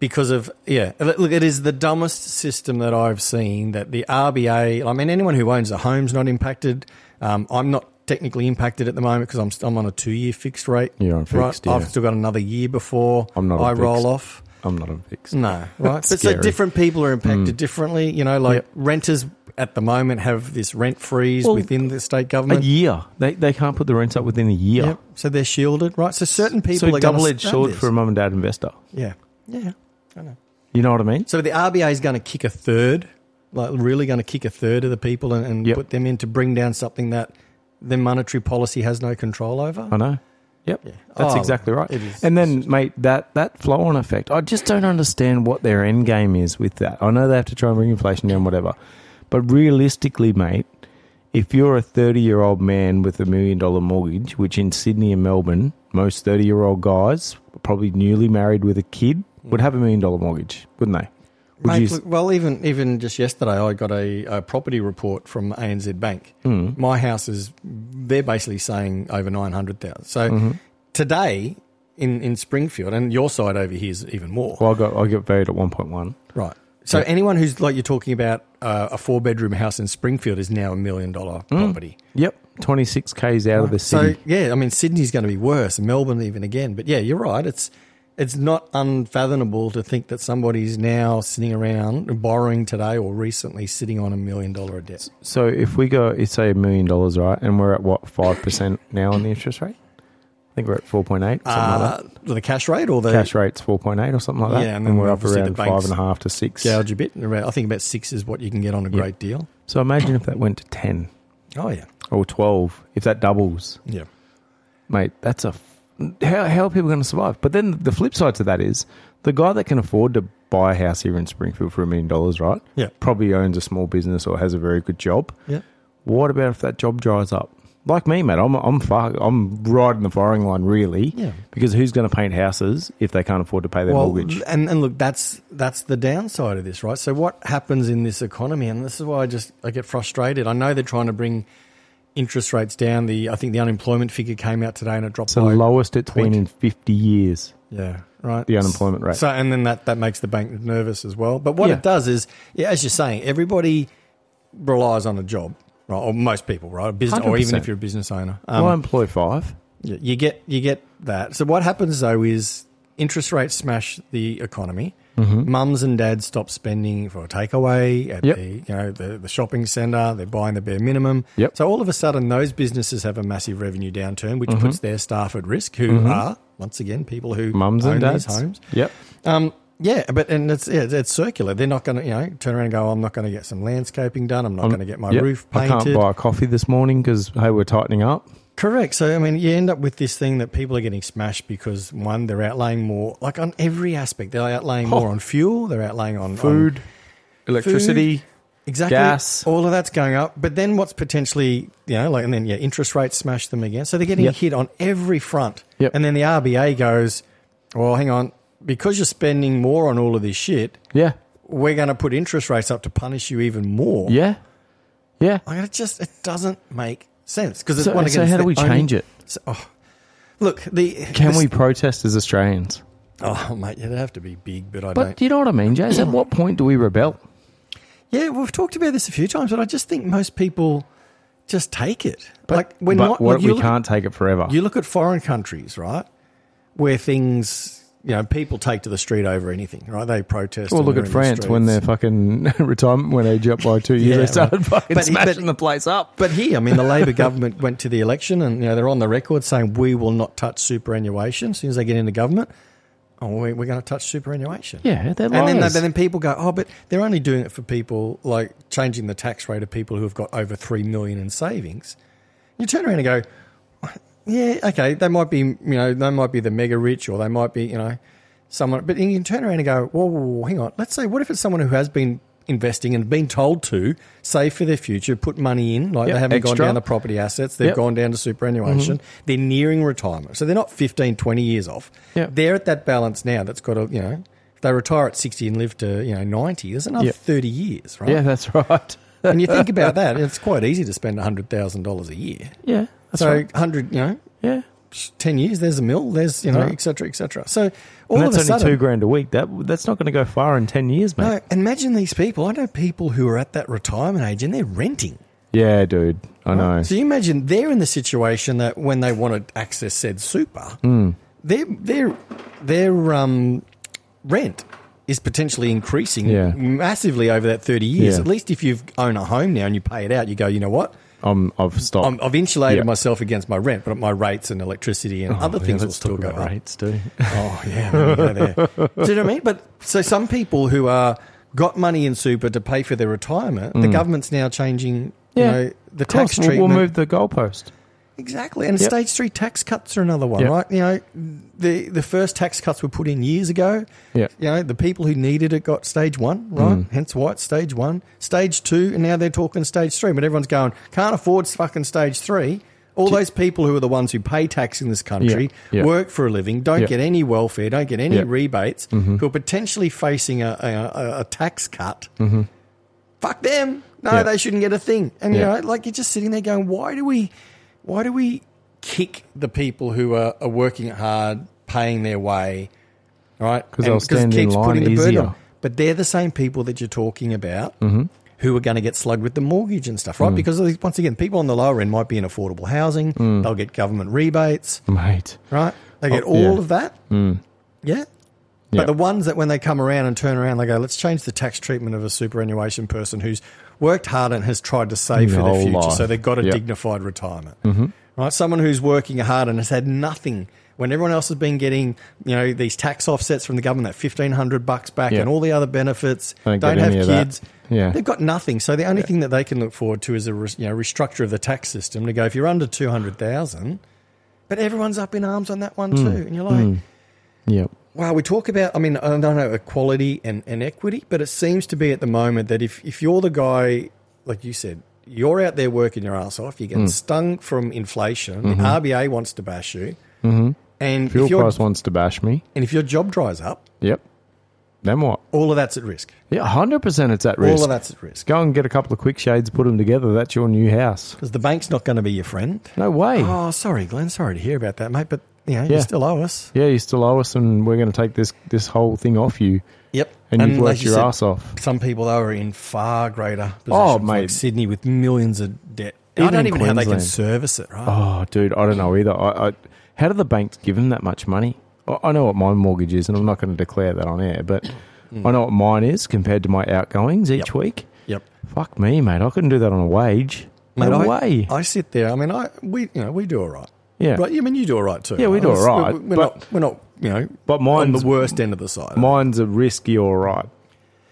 because of, yeah. Look, it is the dumbest system that I've seen that the RBA, I mean, anyone who owns a home's not impacted. Um, I'm not technically impacted at the moment because I'm, st- I'm on a two year fixed rate. You're on right? fixed, yeah. I've still got another year before I'm not on I roll fixed. off. I'm not on fixed. No, right. but so scary. Mm. different people are impacted differently. You know, like renters at the moment have this rent freeze Well, within the state A government. year. They, they can't put the rents up within a year. Yep. So they're shielded, right? So certain people So are gonna double edged stand sword this. for a mum and dad investor. Yeah. Yeah. I know. You know what I mean? So the RBA is going to kick a third, like really going to kick a third of the people and, and Yep. put them in to bring down something that their monetary policy has no control over. I know. Yep. That's Oh, exactly right. it is- And then, mate, that, that flow on effect, I just don't understand what their end game is with that. I know they have to try and bring inflation down, whatever. But realistically, mate, if you're a 30 year old man with a million dollar mortgage, which in Sydney and Melbourne, most 30 year old guys, probably newly married with a kid, would have a million dollar mortgage, wouldn't they? Would Mate, you? look, well, even even just yesterday, I got a, a property report from ANZ Bank. Hmm. My house is they're basically saying over nine hundred thousand. So Mm-hmm. today in in Springfield, and your side over here is even more. well, I got, I got valued at 1.1. Right. So anyone who's like you're talking about uh, a four bedroom house in Springfield is now a million dollar property. Yep. 26Ks out of the So city. yeah, I mean Sydney's going to be worse, and Melbourne even again. But yeah, you're right. It's it's not unfathomable to think that somebody's now sitting around borrowing today or recently sitting on a million dollar debt. So if we go, it's say a million dollars, right? And we're at what five percent now on the interest rate? I think we're at four point eight. Uh, the cash rate or the Cash rate's four point eight or something like that. Yeah, and and, then we're up obviously the around banks five and a half to six. gouge a bit. About- I think about six is what you can get on a great deal. So imagine if that went to ten Oh yeah, or twelve. If that doubles, yeah. mate, that's a f- how how are people going to survive? But then the flip side to that is the guy that can afford to buy a house here in Springfield for a million dollars, right? Yeah. probably owns a small business or has a very good job. Yeah. What about if that job dries up? Like me, mate, I'm I'm far, I'm right in the firing line, really. Yeah. Because who's going to paint houses if they can't afford to pay their Well, mortgage? and and look, that's that's the downside of this, right? So what happens in this economy, and this is why I just I get frustrated. I know they're trying to bring interest rates down. The I think the unemployment figure came out today and it dropped. It's the by- lowest it's point. been in 50 years. Yeah, right. The unemployment rate. So, and then that, that makes the bank nervous as well. But what Yeah. it does is, yeah, as you're saying, everybody relies on a job, right? Or most people, right? A business, or even 100%. if you're a business owner, Well, um, I employ five. y- you get you get that. So what happens though is interest rates smash the economy. Mums and dads stop spending for a takeaway at Mm-hmm. Yep. the you know the, the shopping centre. They're buying the bare minimum. Yep. So all of a sudden, those businesses have a massive revenue downturn, Mm-hmm. which puts their staff at risk, who are once again people who Mums own and dads. these homes. Yep. Um, yeah, but and it's yeah, it's circular. They're not going to you know turn around and go. I'm not going to get some landscaping done. I'm not going to get my Yep. roof I painted. can't buy a coffee this morning because, hey, we're tightening up. Correct. So I mean, you end up with this thing that people are getting smashed because one, they're outlaying more, like on every aspect. They're outlaying more on fuel. They're outlaying on on Oh. Food, electricity. exactly. gas. All of that's going up. But then what's potentially you know like and then yeah, interest rates smash them again. So they're getting Yep. hit on every front. Yep. And then the RBA goes, well, hang on, because you're spending more on all of this shit, Yeah. we're going to put interest rates up to punish you even more. Yeah. Yeah. Like it just it doesn't make sense because it's So- one so against how do the we only- change it? So, oh, look, the Can this- we protest as Australians? Oh, mate, it'd have to be big, but I But don't. do you know what I mean, Jase? At what point do we rebel? Yeah, we've talked about this a few times, but I just think most people just take it. like we're but not. what, look, you, we look, can't take it forever. you look at foreign countries, right, where things you know people take to the street over anything, right? They protest. Well, and look they're at in the France when streets. their fucking retirement went age up by two years. Yeah, they started right. fucking But he- but- smashing the place up. But here, I mean, the Labor government went to the election, and you know they're on the record saying we will not touch superannuation. As soon as they get into government, oh, we- we're going to touch superannuation. Yeah, they're And then, liars. but then people go, oh, but they're only doing it for people like changing the tax rate of people who have got over three million in savings. You turn around and go, yeah, okay, they might be, you know, they might be the mega rich, or they might be, you know, someone. But you can turn around and go, whoa, whoa, whoa, hang on. Let's say, what if it's someone who has been investing and been told to save for their future, put money in, like Yep, they haven't gone extra. down the property assets, they've Yep. Mm-hmm. gone down to superannuation, they're nearing retirement, so they're not 15, 20 years off. Yep. They're at that balance now. That's got to, you know. If they retire at 60 and live to, you know, 90, there's another Yep. 30 years, right? yeah, that's right. And you think about that, it's quite easy to spend $100,000 a year. Yeah, that's so right. 100, you know, Yeah, 10 years, there's a mill, there's, you know, Right. et cetera, et cetera. So all and of that's a only two sudden, grand a week. That that's not going to go far in ten years, mate. no, imagine these people. I know people who are at that retirement age and they're renting. Yeah, dude, I know. So you imagine they're in the situation that when they want to access said super, Hmm. their, their, their um, rent is potentially increasing Yeah. massively over that 30 years. Yeah. At least if you own a home now and you pay it out, you go, you know what? I'm, I've stopped. I'm, I've insulated Yeah. Oh, myself against my rent, but my rates and electricity and other Yeah, things will let's still talk go about up. rates, dude. Oh yeah, man, go there. Do you know what I mean? But so some people who are got money in super to pay for their retirement, the government's now changing. Mm. Yeah, you know, the Of course, tax we'll, treatment. we'll move the goalpost. Exactly, and Yep. stage three tax cuts are another one, Yep. right? You know, the the first tax cuts were put in years ago. Yep. Mm. you know the people who needed it got stage one, right? Hence why it's stage one, stage two, and now they're talking stage three. But everyone's going can't afford fucking stage three. All those people who are the ones who pay tax in this country, Yeah. work for a living, don't Yep. get any welfare, don't get any Yep. Mm-hmm. rebates, who are potentially facing a, a, a, a tax cut. Fuck them. No, Mm-hmm. Yep. they shouldn't get a thing. And you Yeah. know, like you're just sitting there going, why do we, why do we kick the people who are, are working hard, paying their way, right? 'Cause And- they'll stand in line easier. Mm-hmm. But they're the same people that you're talking about. Who are going to get slugged with the mortgage and stuff, Mm. right? Because these- once again, people on the lower end might be in affordable Mm. housing. They'll get government rebates, Mate, right? They get Oh, all yeah. of that. Yeah. Yeah. But the ones that when they come around and turn around, they go, let's change the tax treatment of a superannuation person who's worked hard and has tried to save for Their their whole future. life. So they've got a Yep. Mm-hmm. dignified retirement. Right? Someone who's working hard and has had nothing when everyone else has been getting, you know, these tax offsets from the government, that fifteen hundred bucks back Yeah. and all the other benefits, They don't don't, get have any of that. kids. Yeah. They've got nothing. So the only thing that they can look forward to is a res- you know, restructure of the tax system to go, if you're under two hundred thousand, but everyone's up in arms on that one Hmm. too. And you're like Yep. Wow, we talk about, I mean, I don't know, equality and, and equity, but it seems to be at the moment that if, if you're the guy, like you said, you're out there working your ass off, you're getting Hmm. stung from inflation, the RBA wants to bash you, and, Mm-hmm. Fuel if your, price wants to bash me. and if your job dries up, Yep. Then what? all of that's at risk. Yeah, hundred percent. It's at risk. All of that's at risk. Go and get a couple of quick shades, put them together. That's your new house. Because the bank's not going to be your friend. No way. Oh, sorry, Glenn, sorry to hear about that, mate, but you know, Yeah. you still owe us. Yeah, you still owe us, and we're going to take this this whole thing off you. Yep. And you've worked like you your said, ass off. Some people though are in far greater positions, Oh, like mate. Sydney with millions of debt. I Even don't in even know how they can Queensland. service it, right? Oh, dude, I don't know either. I, I how do the banks give them that much money? I, I know what my mortgage is, and I'm not going to declare that on air, but I know what mine is compared to my outgoings each Mm. Yep. week. Yep. Fuck me, mate. I couldn't do that on a wage. Mate, no I, way. I sit there. I mean, I we you know we do all right. Yeah. Right. I mean, you do all right too. Yeah, we do all right, We're, we're but- not. We're not. You know. But on mine's the worst end of the side. mine's a risky, all right,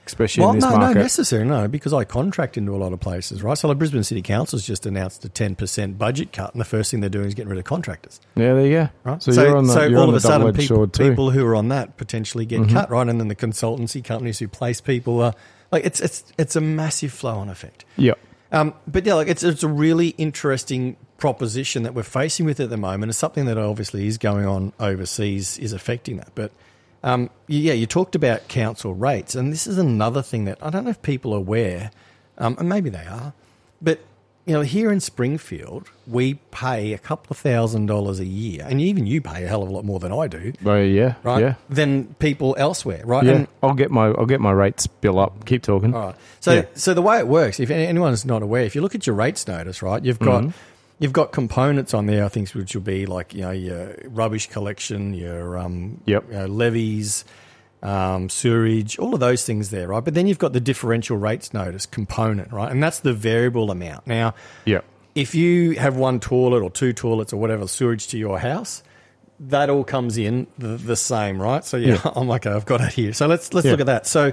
especially well, in this no, market. no, necessary, no, because I contract into a lot of places, right? So, like Brisbane City Council's just announced a ten percent budget cut, and the first thing they're doing is getting rid of contractors. yeah, there you go. Right? So, you're on the, you're all of on the a sudden, double-edged people, sword too. Mm-hmm. people who are on that potentially get cut, right? And then the consultancy companies who place people are like it's it's it's a massive flow on effect. Yep. Um, but yeah, like it's it's a really interesting proposition that we're facing with at the moment. It's something that obviously is going on overseas is affecting that. But um, yeah, you talked about council rates, and this is another thing that I don't know if people are aware, um, and maybe they are, but you know, here in Springfield, we pay a couple of thousand dollars a year, and even you pay a hell of a lot more than I do, Well, yeah. right? Yeah. Than people elsewhere, right? Yeah, And I'll get my I'll get my rates bill up. Keep talking. All right. So Yeah. so the way it works, if any- anyone's not aware, if you look at your rates notice, right, you've got Mm-hmm. you've got components on there. I think which will be like you know your rubbish collection, your um, Yep. you know, levies, um, sewerage, all of those things there, right? But then you've got the differential rates notice component, right, and that's the variable amount. Now, Yep. if you have one toilet or two toilets or whatever sewage to your house, that all comes in the, the same, right? So yeah, I'm like, "Oh, I've got it here. So let's let's Yeah. look at that. So,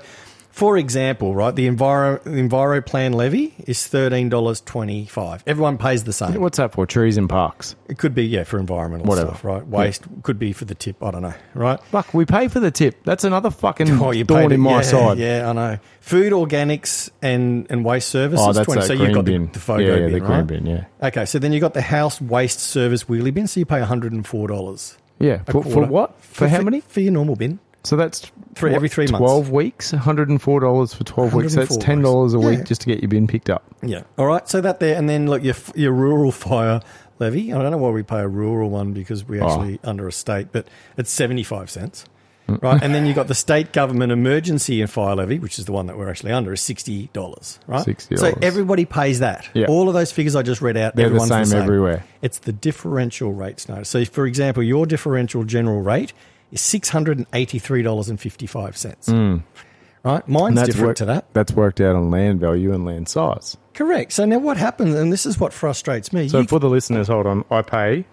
for example, right, the enviro the enviro plan levy is thirteen dollars twenty five. Everyone pays the same. What's that for? Trees and parks. It could be yeah for environmental Whatever. stuff, right? Waste could be for the tip. I don't know, right? Fuck, we pay for the tip. That's another fucking Oh, you thorn paid it. in my yeah, side. Yeah, I know. Food, organics, and and waste services. Oh, that's 20. that so green you've got bin. The, the photo Yeah, yeah, bin, the green right? bin, yeah. Okay, so then you've got the house waste service wheelie bin. So you pay one hundred and four dollars. Yeah. For, for what? For, how many? For your normal bin. So that's Three- what, every three months. Twelve weeks, one hundred and four dollars for twelve weeks. That's ten $104. dollars a week Yeah. just to get your bin picked up. Yeah. All right. So that there, and then look your your rural fire levy. I don't know why we pay a rural one because Oh. we actually under a state, but it's seventy five cents. Right, and then you got the state government emergency and fire levy, which is the one that we're actually under, is sixty dollars. Right, $60. so everybody pays that. Yeah. All of those figures I just read out, They're the everyone's same everywhere. It's the differential rates notice. So, for example, your differential general rate is six hundred and eighty three dollars and fifty five cents. Right, mine's different worked, to that. Hmm. That's worked out on land value and land size. Correct. So now what happens, and this is what frustrates me. So you, for the listeners, hold on. I pay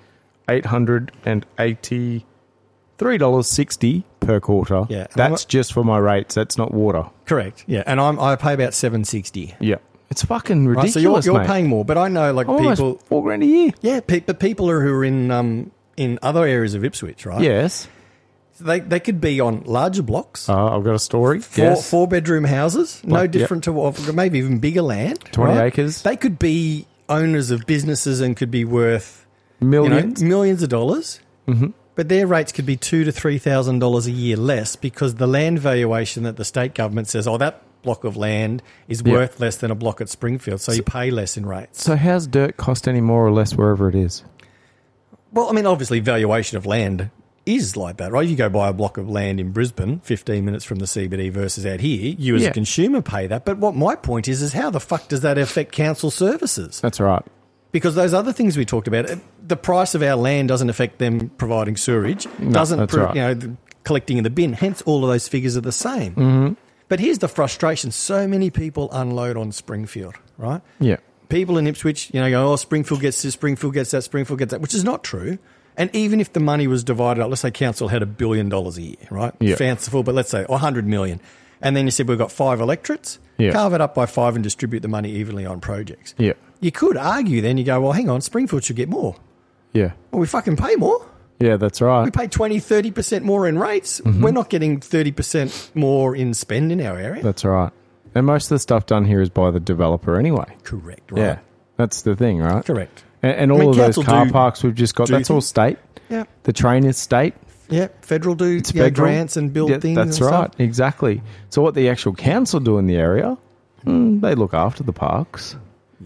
eight hundred and eighty three dollars sixty per quarter. Yeah, and I'm That's a- just for my rates. That's not water. correct. Yeah, and I'm, I pay about seven sixty. Yeah. It's fucking Right, ridiculous. so you're, you're mate. paying more, but I know like I'm almost people. four grand a year. Yeah, pe- but people are who are in um in other areas of Ipswich, right? Yes. they they could be on larger blocks, Uh, I've got a story. four yes. four bedroom houses, no Yep. different to what maybe even bigger land, 20 right? acres. They could be owners of businesses and could be worth you know, Millions. Mm-hmm. millions of dollars. But their rates could be two to three thousand dollars a year less because the land valuation that the state government says, oh, that block of land is worth less than a block at Springfield, so you pay less in rates. So how's dirt cost any more or less wherever it is? Well, I mean, obviously, valuation of land is like that, right? You go buy a block of land in Brisbane, fifteen minutes from the CBD, versus out here. You, as Yeah. a consumer, pay that. But what my point is, is how the fuck does that affect council services? That's right. because those other things we talked about, uh, the price of our land doesn't affect them providing sewerage. doesn't that's pro- right. you know the collecting in the bin. Hence, all of those figures are the same. Mm-hmm. But here's the frustration so many people unload on Springfield, right? Yeah. people in Ipswich, you know, go, oh, Springfield gets this, Springfield gets that, Springfield gets that, which is not true. And even if the money was divided up, let's say council had a billion dollars a year, right? Yeah. Fanciful, but let's say or 100 million. And then you said we've got five electorates, Yeah. carve it up by five and distribute the money evenly on projects. Yeah. You could argue then, you go, well, hang on, Springfield should get more. Yeah. Well, we fucking pay more. Yeah, that's We right. pay 20, 30% more in rates. Mm-hmm. We're not getting 30% more in spend in our area. That's right. And most of the stuff done here is by the developer anyway. Correct, right? Yeah. That's the thing, right? Correct. And, and all mean, of those council car do- parks we've just got, do that's all things. state. Yeah. The train is state. Yeah. Federal do you know, federal. grants and build Yeah, things. That's and stuff. right, exactly. So what the actual council do in the area, mm, they look after the parks.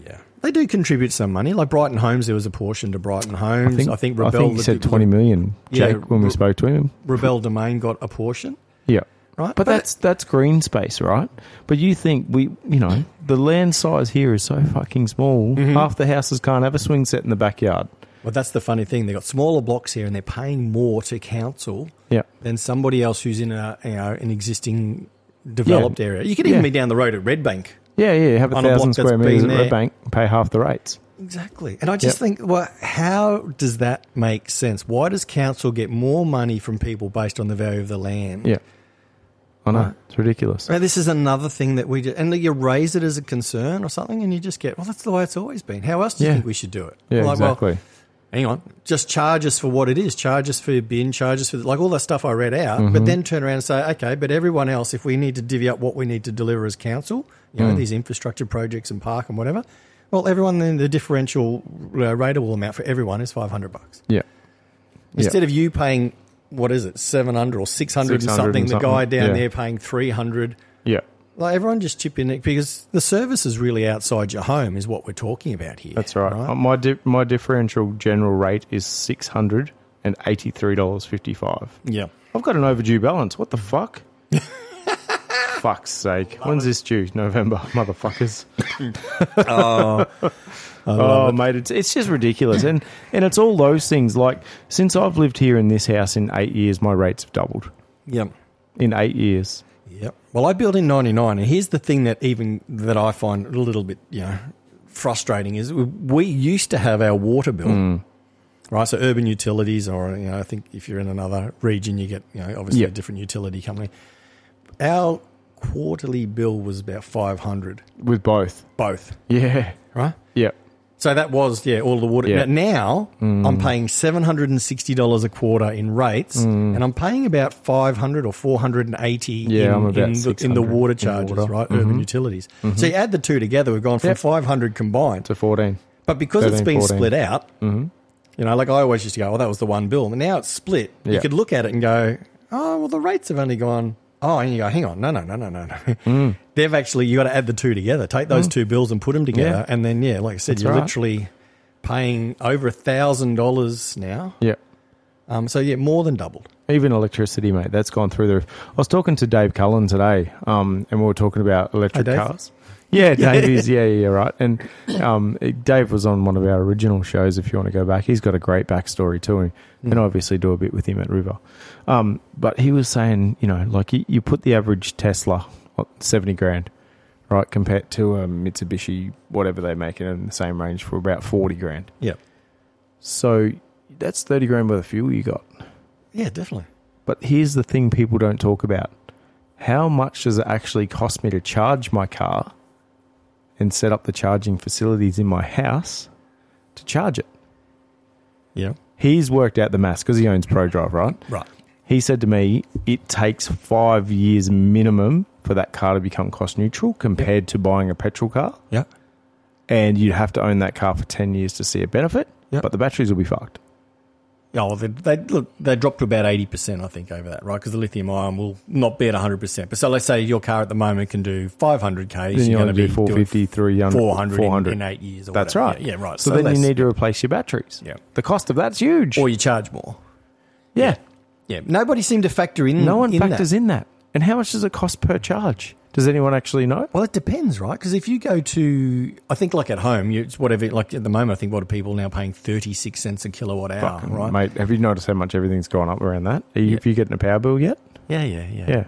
Yeah. They do contribute some money. Like Brighton Homes, there was a portion to Brighton Homes. I think, I Rebel, think he said twenty million, Yeah, Jake, when we Re- spoke to him. Rebel Domain got a portion, Yeah. right? But that's that's green space, right? But you think we, you know, the land size here is so fucking small. Mm-hmm. Half the houses can't have a swing set in the backyard. well, that's the funny thing. They've got smaller blocks here and they're paying more to council Yeah, than somebody else who's in a, you know, an existing developed area. You could even Yeah. be down the road at Redbank. yeah, yeah. Have a On a block thousand that's square meters been at there. Red Bank, pay half the rates. Exactly. And I just Yep. think, well, how does that make sense? Why does council get more money from people based on the value of the land? Yeah, I know it's ridiculous. Now, this is another thing that we do, and you raise it as a concern or something, and you just get, well, that's the way it's always been. How else do you Yeah. think we should do it? Yeah, Like, well, exactly. hang on, just charge us for what it is. Charge us for your bin, charge us for like all that stuff I read out, Mm-hmm. but then turn around and say, okay, but everyone else, if we need to divvy up what we need to deliver as council, you Mm. know, these infrastructure projects and park and whatever, well, everyone then the differential uh, rateable amount for everyone is five hundred bucks yeah, instead of you paying what is it seven hundred or six hundred and 600 and something, the guy something, down yeah. there paying three hundred. yeah, Like everyone just chip in it because the service is really outside your home is what we're talking about here. that's right. Uh, My di- my differential general rate is six hundred and eighty three dollars fifty five. Yeah. I've got an overdue balance. What the fuck? Fuck's sake. When's this due? November, motherfuckers. oh, mate, it's, it's just ridiculous. And, and it's all those things. Like, since I've lived here in this house in eight years, my rates have doubled. Yep. In eight years. Yep. Well, I built in '99, and here's the thing that even that I find a little bit, you know, frustrating is we- we used to have our water bill, right? So urban utilities, or you know, I think if you're in another region, you get you know obviously Yeah. a different utility company. Our quarterly bill was about 500, With both. both, Yeah. right? Yeah. So that was yeah, all the water. Yeah. Mm. Now, now I'm paying seven hundred and sixty dollars a quarter in rates, and I'm paying about five hundred or four hundred and eighty. Mm. Yeah, in, I'm about in the, in 600 the water in charges, water. Mm-hmm. right? Urban utilities. So you add the two together, we've gone from Yep. five hundred combined, To 14. but because it's 13, been 14. split out, Mm-hmm. you know, like I always used to go, "Oh, that was the one bill," and now it's split. You Yeah. could look at it and go, "Oh, well, the rates have only gone." Oh, and you go, hang on, no, no, no, no, no, no. Mm. They've actually you got to add the two together. Take those two bills and put them together, Yeah. and then yeah, like I said, That's you're right. literally paying over a thousand dollars now. Yeah. Um, so yeah, more than doubled. Even electricity, mate, that's gone through the roof. I was talking to Dave Cullen today, um, and we were talking about electric Dave. cars. Yeah, Dave is. Yeah, yeah, yeah, right. And um, Dave was on one of our original shows. If you want to go back, he's got a great backstory to him, and I obviously do a bit with him at River. Um, but he was saying, you know, like you, you put the average Tesla at seventy grand, right, compared to a Mitsubishi, whatever they make it in the same range for about forty grand. Yeah, So that's thirty grand worth of fuel you got. yeah, definitely. But here's the thing people don't talk about. How much does it actually cost me to charge my car and set up the charging facilities in my house to charge it? Yeah, He's worked out the maths because he owns ProDrive, right? right. He said to me, it takes five years minimum for that car to become cost neutral compared to buying a petrol car. Yeah, And you'd have to own that car for 10 years to see a benefit, Yep. but the batteries will be fucked. Oh, well, they, they look. They dropped to about eighty percent, I think, over that, right? Because the lithium ion will not be at one hundred percent. But so let's say your car at the moment can do five hundred k. Then you only do 450, 300, four hundred 400. in eight years. Or That's whatever. right. Yeah, yeah, right. So, then you that's- need to replace your batteries. Yeah. The cost of that's huge. or you charge more. yeah. Yeah, nobody seemed to factor in. No one in factors in that. And how much does it cost per charge? Does anyone actually know? Well, it depends, right? Because if you go to, I think like at home, you, it's whatever. Like at the moment, I think what are people now paying thirty six cents a kilowatt hour, Fucking Oh, right? Mate, have you noticed how much everything's gone up around that? Are you, Have you getting a power bill yet? Yeah, yeah, yeah, Yeah.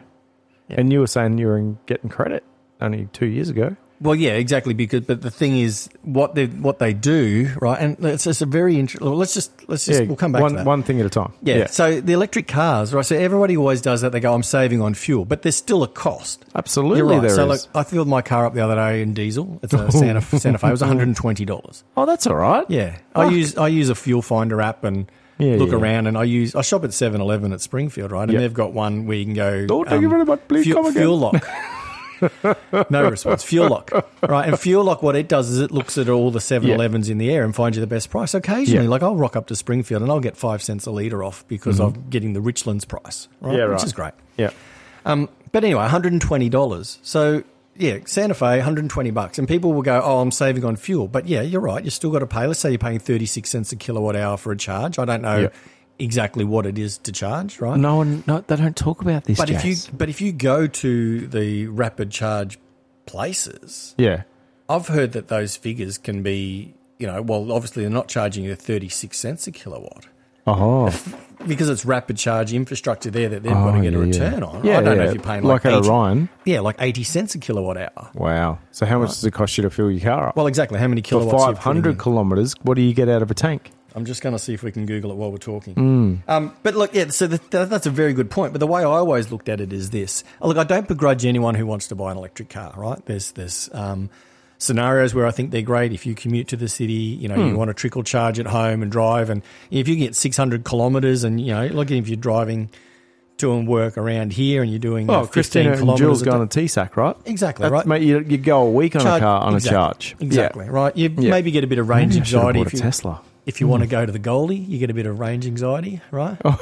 Yeah. And you were saying you were in- getting credit only two years ago. Well, yeah, exactly. Because but the thing is, what they what they do, right? And it's just a very interesting. Let's just let's just we'll come back one, to that. one thing at a time. yeah. So the electric cars, right? So everybody always does that. They go, "I'm saving on fuel," but there's still a cost. Absolutely, You're right. there so is. like, I filled my car up the other day in diesel. It's a Santa, Santa Fe. It was 120 dollars. oh, that's all right. Yeah, I Fuck. use I use a fuel finder app and Yeah, look yeah. around, and I use I shop at 7-Eleven at Springfield, right? And Yep. they've got one where you can go. um, Oh, thank you very much. Please fuel, come again. Fuel lock. no response. Fuel lock, right? And fuel lock. What it does is it looks at all the 7-Elevens in the air and finds you the best price. Occasionally, Yeah. Mm-hmm. like I'll rock up to Springfield and I'll get five cents a liter off because I'm getting the Richlands price, right? Yeah, Which right. is great. Yeah. Um, but anyway, one hundred and twenty dollars. So yeah, Santa Fe, one hundred and twenty bucks, and people will go, "Oh, I'm saving on fuel." But yeah, you're right. You still got to pay. Let's say you're paying thirty six cents a kilowatt hour for a charge. I don't know Yeah. exactly what it is to charge, right? No one, no, they don't talk about this. but if you but if you go to the rapid charge places, yeah, I've heard that those figures can be, you know, well, obviously they're not charging you thirty six cents a kilowatt oh, because it's rapid charge infrastructure there that they've got Oh, to get a yeah, yeah. return on. Yeah, I don't yeah. know if you're paying Like like, at 80 Orion. Yeah, like eighty cents a kilowatt hour. wow. So how much does it cost you to fill your car up? Well, exactly. How many For kilowatts? you're five putting hundred in. kilometers, what do you get out of a tank? I'm just going to see if we can Google it while we're talking. Hmm. Um, but look, yeah. So the, th that's a very good point. But the way I always looked at it is this: look, I don't begrudge anyone who wants to buy an electric car. Right? There's there's um, scenarios where I think they're great. If you commute to the city, you know, Hmm. you want to trickle charge at home and drive, and if you get 600 kilometers, and you know, like if you're driving to and work around here, and you're doing oh, Oh, 15 Christina and kilometers, Jules a go day- on a T-sack, right? Exactly, That- right. Mate, you, you go a week on Charge- a car on exactly. a charge. Yeah. Exactly, right? You Yeah. maybe get a bit of range Maybe I should have anxiety bought if a you Tesla. if you want Hmm. to go to the goalie, you get a bit of range anxiety, right? Oh.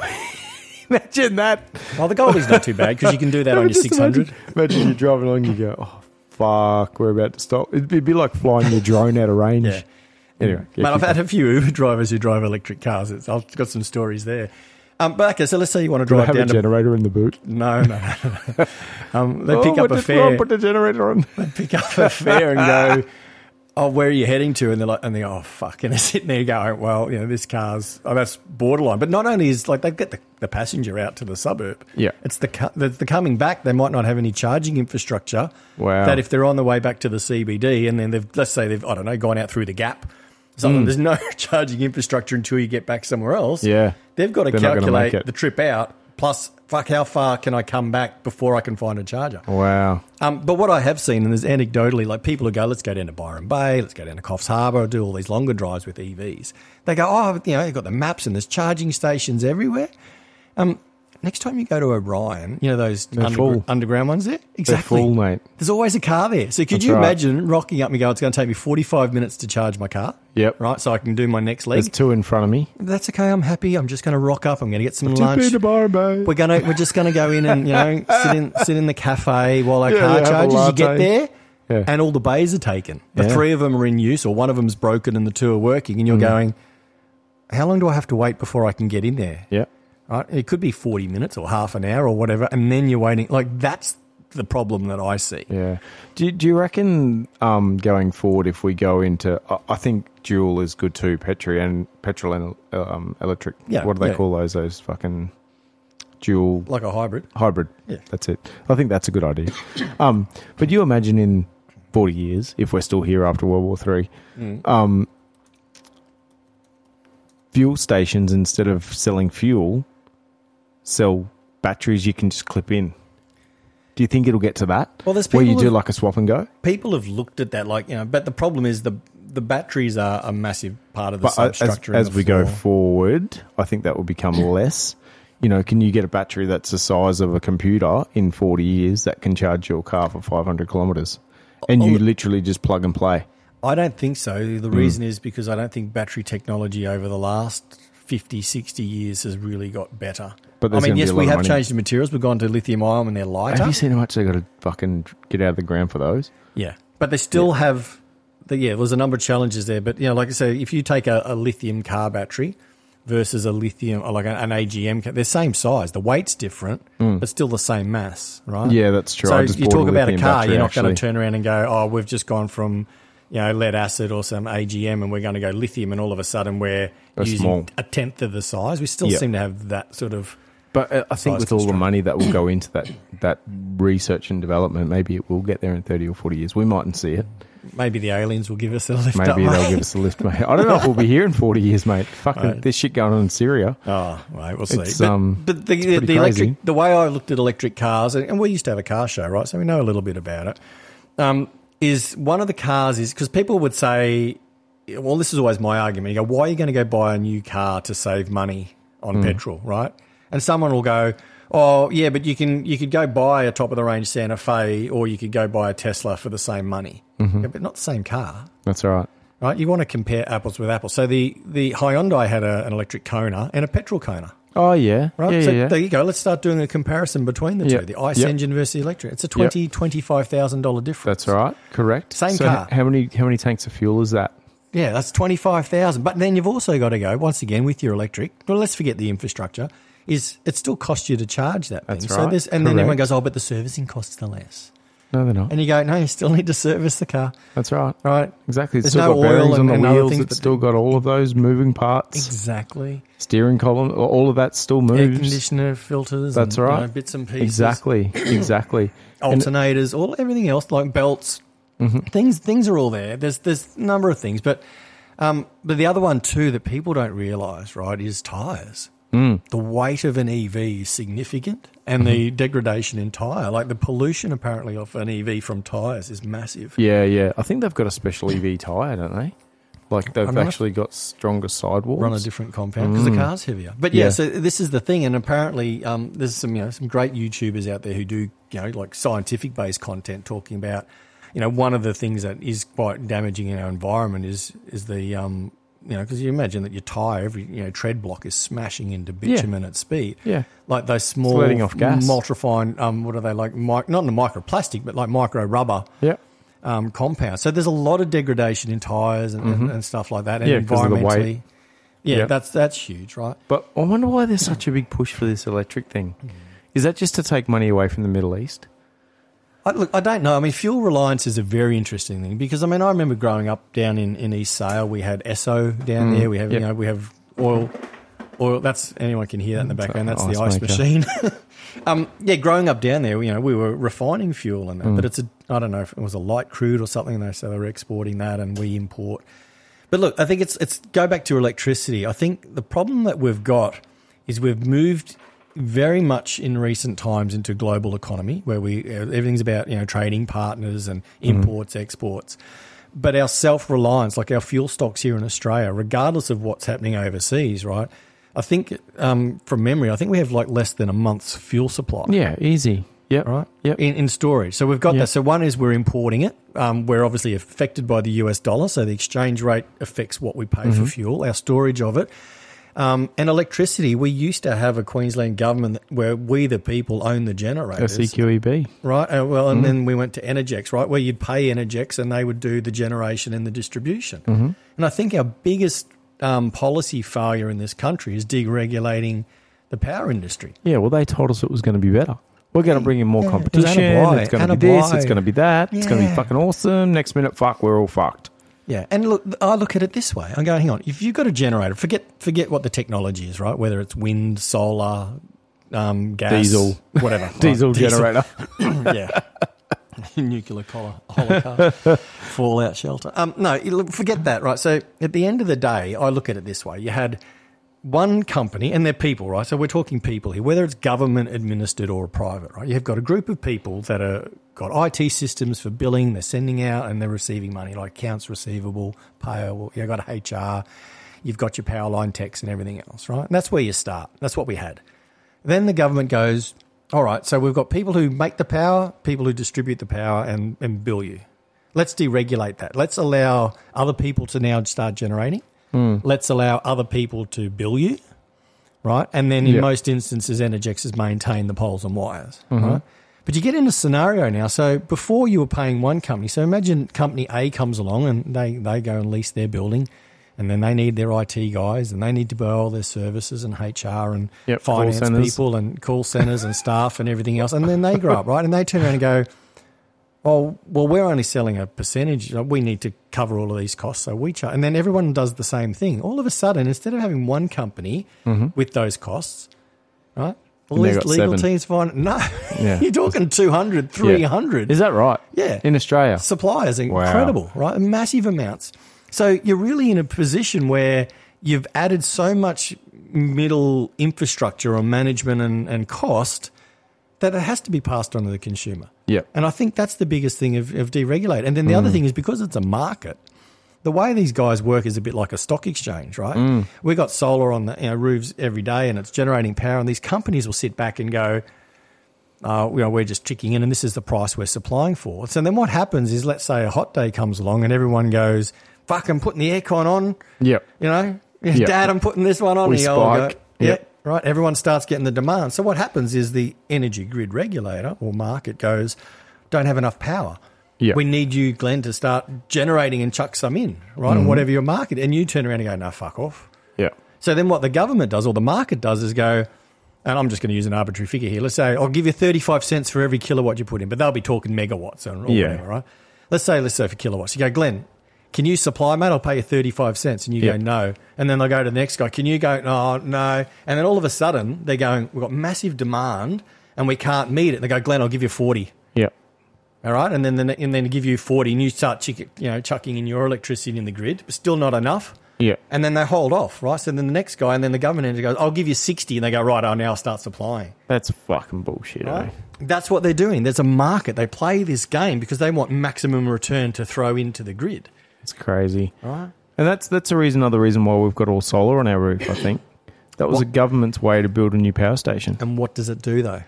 Imagine that. Well, the goalie's not too bad because you can do that No, on your just 600. Imagine, imagine you're driving along, you go, oh, fuck, we're about to stop. It'd be, it'd be like flying your drone out of range. Yeah. Anyway. yeah, But I've keep had a few Uber drivers who drive electric cars. It's, I've got some stories there. Um, but okay, so let's say you want to going. Do I drive have a down to. generator in the boot. No, no, no. um, they Oh, pick up what a did- fare, oh, put the generator on. pick up a fare, and go, "Oh, where are you heading to?" And they're like, "And they, oh fuck," and they're sitting there going, "Well, you know, this car's oh, that's borderline." But not only is like they get the, the passenger out to the suburb, Yeah. it's the, co- the the coming back. They might not have any charging infrastructure. Wow. That if they're on the way back to the CBD and then they've let's say they've I don't know gone out through the gap, Hmm. something there's no charging infrastructure until you get back somewhere else. Yeah. they've got to They're not gonna make calculate it. the trip out plus fuck how far can I come back before I can find a charger. Wow. Um, but what I have seen, and there's anecdotally, like people who go, let's go down to Byron Bay, let's go down to Coffs Harbour, do all these longer drives with EVs. They go, oh, you know, you've got the maps and there's charging stations everywhere. Um, next time you go to Orion, you know, those full. undergr- underground ones there? Exactly. full, mate. There's always a car there. So could That's you right. imagine rocking up and go, it's going to take me 45 minutes to charge my car? Yep. Right? So I can do my next leg. There's two in front of me. That's okay. I'm happy. I'm just going to rock up. I'm going to get some lunch. We're gonna we're just gonna go in and you know sit in sit in the cafe while our Yeah, car have a charges. You get latte. there, Yeah. and all the bays are taken. The Yeah. three of them are in use, or one of them's broken, and the two are working. And you're Mm. going, how long do I have to wait before I can get in there? Yeah. Right? It could be forty minutes or half an hour or whatever, and then you're waiting. Like that's the problem that I see. Yeah. Do you, do you reckon um, going forward, if we go into, I, I think dual is good too, petrol and petrol and um, electric. Yeah, What do they yeah. call those? Those fucking dual Like a hybrid. hybrid. Yeah. That's it. I think that's a good idea. Um, but you imagine in forty years, if we're still here after World War Three, Mm. um, fuel stations instead of selling fuel, sell batteries you can just clip in. Do you think it'll get to that? Well, there's where you people do who- like a swap and go. People have looked at that, like you know, but the problem is the the batteries are a massive part of the But I- as, substructure. in as the we go floor. forward, I think that will become less. You know, can you get a battery that's the size of a computer in 40 years that can charge your car for 500 kilometers? And you literally just plug and play. I don't think so. The reason Hmm. is because I don't think battery technology over the last 50, 60 years has really got better. I But there's mean, gonna be yes, a lot we of have money. changed the materials. We've gone to lithium ion and they're lighter. Have you seen how much they got to fucking get out of the ground for those? yeah. But they still have, the, yeah, there's a number of challenges there. But, you know, like I say, if you take a, a lithium car battery, versus a lithium or like an, an AGM. ca- They're same size. The weight's different, but still the same mass, right? Mm. Yeah, that's true. So I just you bought talk a about a lithium car, battery, you're not going to actually. turn around and go, "Oh, we've just gone from you know lead acid or some AGM, and we're going to go lithium," and all of a sudden we're That's using small. a tenth of the size. We still Yeah. seem to have that sort of. But uh, I think Size with all the constraint. money that will go into that that research and development, maybe it will get there in thirty or forty years. We mightn't see it. Maybe the aliens will give us a lift up. Maybe they'll mate. give us a lift, mate. I don't know if we'll be here in forty years, mate. Fucking Right. this shit going on in Syria. Oh, right, we'll see. It's, but, um, but the, it's the, pretty crazy. electric, the way I looked at electric cars, and and we used to have a car show, right? So we know a little bit about it. Um, is one of the cars is because people would say, well, this is always my argument. You go, why are you going to go buy a new car to save money Hmm. on petrol, right? And someone will go, oh yeah, but you can you could go buy a top of the range Santa Fe, or you could go buy a Tesla for the same money, Mm-hmm. Yeah, but not the same car That's all right. right? You want to compare apples with apples. So the the Hyundai had a, an electric Kona and a petrol Kona, Oh yeah, right? yeah, so yeah, there yeah. you go. Let's start doing a comparison between the Yeah. two: the ICE Yeah. engine versus electric. It's a twenty twenty five thousand dollar difference. That's all right. Correct. Same so car. h- How many how many tanks of fuel is that? Yeah, that's twenty five thousand. But then you've also got to go once again with your electric. Well, let's forget the infrastructure. Is it still costs you to charge that thing? That's So right. this, and then everyone Correct. goes, "Oh, but the servicing costs are less." No, they're not. And you go, "No, you still need to service the car, That's right. right?" Exactly. It's There's still no got oil bearings on and- the and other wheels. things It's that- still got all of those moving parts. Exactly. Steering column. All of that still Air moves. conditioner filters. and, That's you right. know, bits and pieces. Exactly. Exactly. And- alternators, all everything else like belts, things things are all there. There's there's a number of things, but um, but the other one too that people don't realise right is tires. The weight of an EV is significant, and the degradation in tire, like the pollution apparently of an EV from tires, is massive. Yeah, yeah. I think they've got a special EV tyre, don't they? Like they've not- actually got stronger sidewalls. Run a different compound because the car's heavier. But yeah, Mm. Yeah. so this is the thing, and apparently um, there's some you know some great YouTubers out there who do you know like scientific based content talking about you know one of the things that is quite damaging in our environment is is the um, you know because you imagine that your tire every you know tread block is smashing into bitumen at speed Yeah. like those small letting off gas. multifine um, what are they like mic- not in the microplastic but like micro rubber yeah, um, compound. So there's a lot of degradation in tires and, and, and stuff like that, and Mm-hmm. Yeah, 'cause of the environmentally. weight. Yeah, Yeah. that's that's huge, right? but I wonder why there's such a big push for this electric thing. Hmm. Is that just to take money away from the Middle East? I, look, I don't know. I mean, fuel reliance is a very interesting thing because I mean, I remember growing up down in, in East Sale, we had Esso down there. We have Mm, yeah. you know we have oil. Oil. That's anyone can hear that in the background. That's the ice ice maker. machine. um, yeah, growing up down there, you know, we were refining fuel and that, Mm. but it's a I don't know if it was a light crude or something. And they so they were exporting that, and we import. But look, I think it's it's go back to electricity. I think the problem that we've got is we've moved very much in recent times into global economy where we uh, everything's about you know trading partners and imports exports. But our self reliance, like our fuel stocks here in Australia, regardless of what's happening overseas, right? I think um, from memory, I think we have like less than a month's fuel supply Yeah, easy. Yeah, right? Yep. In, in storage. So we've got Yep. that. So one is we're importing it. Um, we're obviously affected by the US dollar, so the exchange rate affects what we pay Mm-hmm. for fuel, our storage of it. Um, and electricity, we used to have a Queensland government that- where we, the people, own the generators, SEQEB. right? Uh, well, Mm-hmm. and then we went to Energex, right, where you'd pay Energex and they would do the generation and the distribution. Mm-hmm. And I think our biggest um, policy failure in this country is deregulating the power industry. Yeah, well, they told us it was going to be better. We're going to bring in more Yeah, it was competition. Anna Bligh, It's going to Anna be this. Bligh. It's going to be that. It's going to Yeah. be fucking awesome. Next minute, fuck, we're all fucked. Yeah, and look, I look at it this way. I go, hang on. If you've got a generator, forget forget what the technology is, right? Whether it's wind, solar, um, gas, Diesel. whatever, right? Diesel, generator. yeah, nuclear colo- holocaust, fallout shelter. Um, no, you look, forget that, right? So at the end of the day, I look at it this way: you had one company and their people, right? So we're talking people here, whether it's government administered or private, right? You've got a group of people that are got IT systems for billing, they're sending out and they're receiving money, like accounts receivable, payable. You've got HR, you've got your power line techs and everything else, right? And that's where you start. That's what we had. Then the government goes, all right, so we've got people who make the power, people who distribute the power and, and bill you. Let's deregulate that. Let's allow other people to now start generating. Let's allow other people to bill you, right? And then in Yeah. most instances, Energex has maintained the poles and wires, Mm-hmm. right? But you get in a scenario now. So before you were paying one company. So imagine company A comes along and they, they go and lease their building and then they need their IT guys, and they need to buy all their services and HR and Yep, call finance centres. people and call centers and staff and everything else, and then they grow up, right? And they turn around and go, "Oh, well, we're only selling a percentage. Like, We need to cover all of these costs, so we charge." And then everyone does the same thing. All of a sudden, instead of having one company with those costs, right? All Mm-hmm. they these got legal seven. teams find no. Yeah. You're talking 200, 300 Is that right? Yeah. In Australia. suppliers. Incredible, right? Massive amounts. So you're really in a position where you've added so much middle infrastructure or management and, and cost that it has to be passed on to the consumer. Yep. And I think that's the biggest thing of, of deregulate. And then the other thing is because it's a market, the way these guys work is a bit like a stock exchange, right? We got solar on the you know, roofs every day, and it's generating power. And these companies will sit back and go, uh, you know, we're just checking in, and this is the price we're supplying for. So then what happens is, let's say a hot day comes along, and everyone goes, "Fuck, I'm putting the aircon on." Yep. You know, Yeah. Dad, I'm putting this one on. We You all go, spike. Yeah, Yep. right. Everyone starts getting the demand. So what happens is the energy grid regulator or market goes, don't have enough power. Yeah. We need you, Glenn, to start generating and chuck some in, right? Mm-hmm. And whatever your market, and you turn around and go, no, fuck off. Yeah. So then what the government does or the market does is go, and I'm just going to use an arbitrary figure here. Let's say I'll give you 35 cents for every kilowatt you put in, but they'll be talking megawatts or, or Yeah. whatever, right? Let's say, let's say for kilowatts. You go, Glenn, can you supply, mate? I'll pay you 35 cents. And you Yep. go, no. And then they'll go to the next guy, can you go, no, no. And then all of a sudden they're going, we've got massive demand and we can't meet it. They go, Glenn, I'll give you 40. Yeah. All right, and then, then and then give you forty, and you start chick, you know chucking in your electricity in the grid, but still not enough. Yeah. And then they hold off, right? So then the next guy, and then the government entity goes, "I'll give you 60. and they go, "Right, I'll now start supplying." That's fucking bullshit. Right? Eh? That's what they're doing. There's a market. They play this game because they want maximum return to throw into the grid. It's crazy. And that's that's the reason, another reason why we've got all solar on our roof. I think that was the government's way to build a new power station. And what does it do though?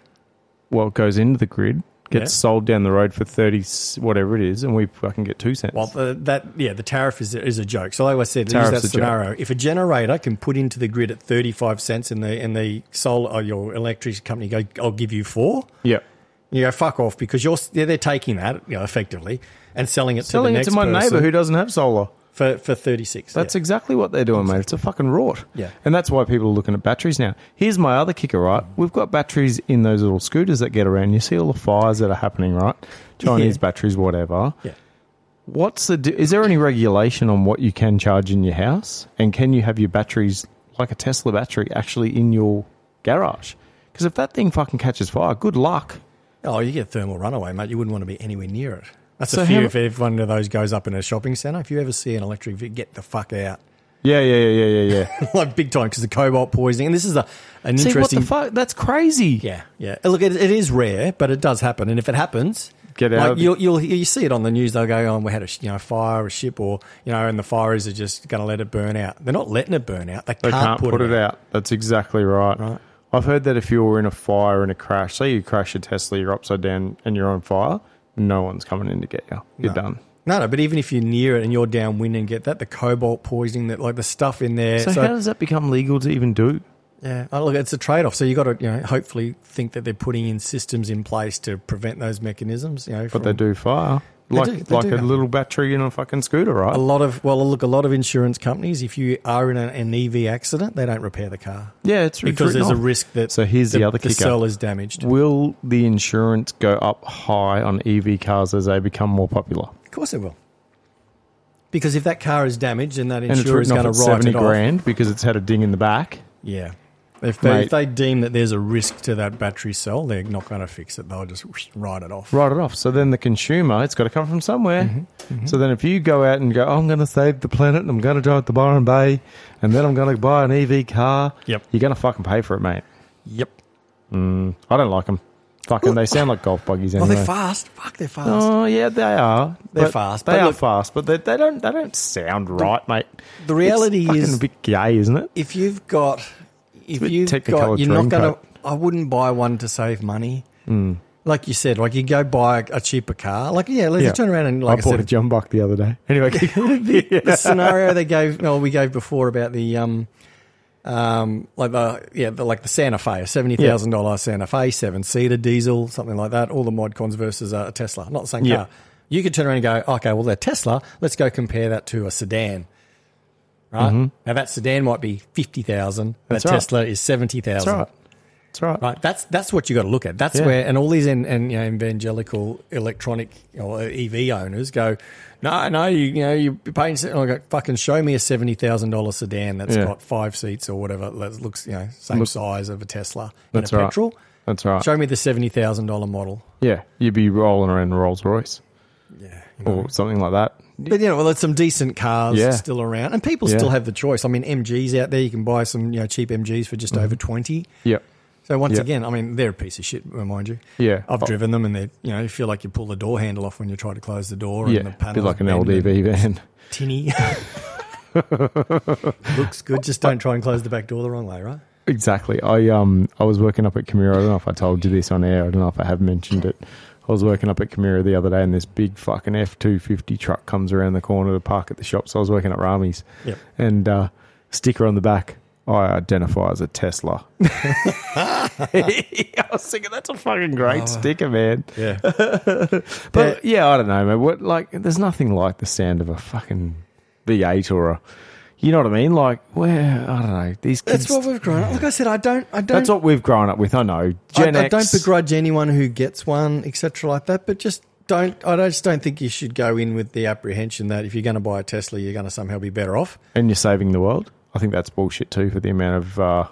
Well, it goes into the grid, gets Yeah. sold down the road for thirty s- whatever it is, and we fucking get two cents. Well, the, that yeah, the tariff is is a joke. So, like I said, use that Tariff's a joke. scenario. If a generator can put into the grid at thirty five cents, and the and the solar or your electricity company go, "I'll give you four. yeah, You go fuck off because you're yeah, they're taking that you know, effectively and selling it selling to the it next to my person neighbour who doesn't have solar. for for thirty six. That's exactly what they're doing, mate. It's a fucking rort. Yeah. And that's why people are looking at batteries now. Here's my other kicker, right? We've got batteries in those little scooters that get around. You see all the fires that are happening, right? Chinese Yeah. batteries, whatever. yeah. What's the? di- Is there any regulation on what you can charge in your house, and can you have your batteries like a Tesla battery actually in your garage? Because if that thing fucking catches fire, good luck. yeah. Oh, you get thermal runaway, mate. You wouldn't want to be anywhere near it. That's So a fear how- if if one of those goes up in a shopping centre. If you ever see an electric vehicle, get the fuck out. Yeah, yeah, yeah, yeah, yeah, yeah. like big time because the cobalt poisoning. And this is a, an See what interesting. the fuck? That's crazy. Yeah, yeah. And Look, it, it is rare, but it does happen. And if it happens, Get out Like of the- you'll, you'll you see it on the news. They'll go, "Oh, we had a sh- you know fire, a ship, or you know, and the fires are just going to let it burn out." They're not letting it burn out. They, They can't, put, it, out. That's exactly right. Right. I've heard that if you were in a fire and a crash, say you crash your Tesla, you're upside down and you're on fire, no one's coming in to get you. You're done. No, no. But even if you're near it and you're downwind and get that, the cobalt poisoning, that like the stuff in there. So, So, how does that become legal to even do? yeah, oh, look, it's a trade-off. So you got to you know hopefully think that they're putting in systems in place to prevent those mechanisms. You know, But they do fire. Like do- they like do a have- little battery in a fucking scooter, right? A lot of well, look, a lot of insurance companies. If you are in an, an EV accident, they don't repair the car Yeah, it's it's because written there's a off. risk that So here's the other the kicker. cell is damaged. Will the insurance go up high on EV cars as they become more popular? Of course it will, because if that car is damaged, then that And it's insurer is written going off to at write seventy it off. grand because it's had a ding in the back. Yeah. If they, if Mate. they deem that there's a risk to that battery cell, they're not going to fix it. They'll just whoosh, write it off. Write it off. So then the consumer, it's got to come from somewhere. Mm-hmm. So then if you go out and go, oh, I'm going to save the planet and I'm going to drive to Byron Bay and then I'm going to buy an EV car, Yep. you're going to fucking pay for it, mate. Yep. I don't like them. Fucking, they sound like golf buggies Oh, anyway. they're fast. Fuck, they're fast. Oh yeah, they are. They're But fast, They but are look- fast, but they, they don't. They don't sound right, mate. the reality it's fucking is- a bit gay, isn't it? if you've got if bit you've Technicolor got you're not going Dreamcoat. to I wouldn't buy one to save money. Hmm. Like you said, like you go buy a, a cheaper car. Like yeah, let's turn around and like I, I bought a said, John Buck the other day. Anyway, the scenario they gave well we gave before about the um um like the yeah the, like the Santa Fe a seventy thousand dollar Santa Fe seven seater diesel something like that. All the mod cons versus a Tesla, not the same Yeah. "Oh, car. You could turn around and go, okay, well they're Tesla. Let's go compare that to a sedan. right? Now that sedan might be fifty thousand. That Mm-hmm. That's right. Tesla is seventy That's thousand. right. That's right. Right, that's that's what you got to look at. That's Yeah. where and all these and, and you know, evangelical electronic or EV owners go, no, no, you, you know you're paying. se- I go, fucking show me a seventy thousand dollar sedan that's Yeah. got five seats or whatever. That looks you know same size of a Tesla That's and a right. petrol. That's right. Show me the seventy thousand dollar model. Yeah, you'd be rolling around a Rolls Royce Yeah, or something like that. But you know, well, there's some decent cars Yeah. still around, and people Yeah. still have the choice. I mean, MGs out there, you can buy some you know cheap MGs for Mm-hmm. just over twenty. Yep. So once Yeah. again, I mean, they're a piece of shit, mind you. Yeah. I've Oh. driven them, and they, you know, you feel like you pull the door handle off when you try to close the door, and the Yeah, panel be like an bend and LDV van. tinny. Looks good. Just don't try and close the back door the wrong way, right? Exactly. I um I was working up at Camira. I don't know if I told you this on air. I don't know if I have mentioned it. I was working up at Camira the other day, and this big fucking F two fifty truck comes around the corner to park at the shop. So I was working at Rami's, Yep. and uh, sticker on the back. I identify as a Tesla. I was thinking that's a fucking Oh. great sticker, man. Yeah. But yeah, I don't know, man. What like? There's nothing like the sound of a fucking V8 or a. You know what I mean? Like, where I don't know these kids. That's what we've grown up. Like I said, I don't, I don't, That's what we've grown up with. I know. Gen I, I X- don't begrudge anyone who gets one, etc., like that. But just don't. I don't- just don't think you should go in with the apprehension that if you're going to buy a Tesla, you're going to somehow be better off. and you're saving the world. I think that's bullshit too for the amount of uh,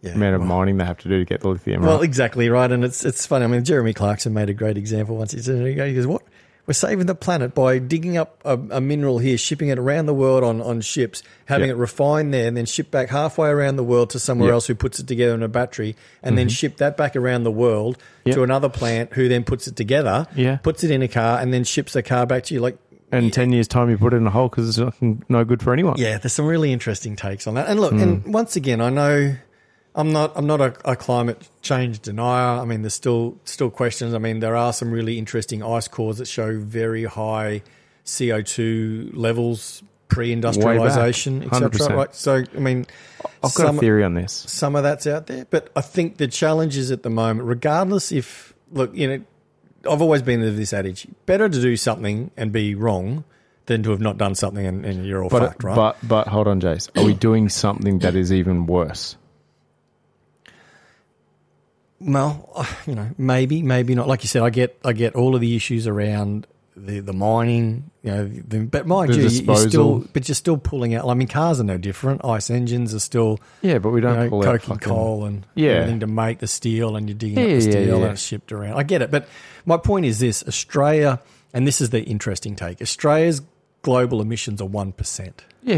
Yeah. amount of mining they have to do to get the lithium. Well, right? exactly right, and it's it's funny. I mean, Jeremy Clarkson made a great example once. He said, "He goes, what? We're saving the planet by digging up a, a mineral here, shipping it around the world on, on ships, having Yeah. it refined there, and then shipped back halfway around the world to somewhere Yeah. Mm-hmm. else who puts it together in a battery, and then ship that back around the world to Yeah. another plant who then puts it together, Yeah. puts it in a car, and then ships the car back to you. Like, and ten years time, you put it in a hole because it's not, no good for anyone. yeah, there's some really interesting takes on that. And look, Hmm. and once again, I know I'm not I'm not a, a climate change denier. I mean, there's still still questions. I mean, there are some really interesting ice cores that show very high CO2 levels pre-industrialization, etc. 100%. Right. So, I mean, I've got some- a theory on this. some of that's out there. But I think the challenge is at the moment, regardless if, look, you know, I've always been of this adage better to do something and be wrong than to have not done something and, and you're all But fucked, right? but but hold on, Jace. Are we doing something that is even worse? well, you know, maybe, maybe not. Like you said, I get, I get all of the issues around the, the mining, you know, the, but mind The you, you, you're still, disposal. but you're still pulling out. I mean, cars are no different. Ice engines are still, Yeah, but we you don't know, pull out coking fucking- coal and Yeah. everything to make the steel, and you're digging up Yeah, the yeah, steel yeah. and it's shipped around. I get it, but my point is this: Australia, and this is the interesting take. Australia's global emissions are one percent, Yeah,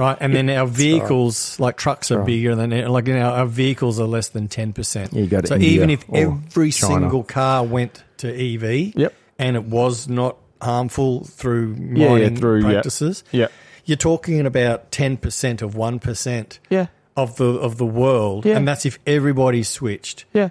right? And then our vehicles, like trucks, are bigger than like you know, our vehicles are less than ten percent. you go to so India even if or every China. single car went to EV, Yep. and it was not harmful through mining Yeah, yeah, through- yeah. practices, Yeah. you're talking about ten percent of one percent Yeah. of the of the world, Yeah. and that's if everybody switched. Yeah.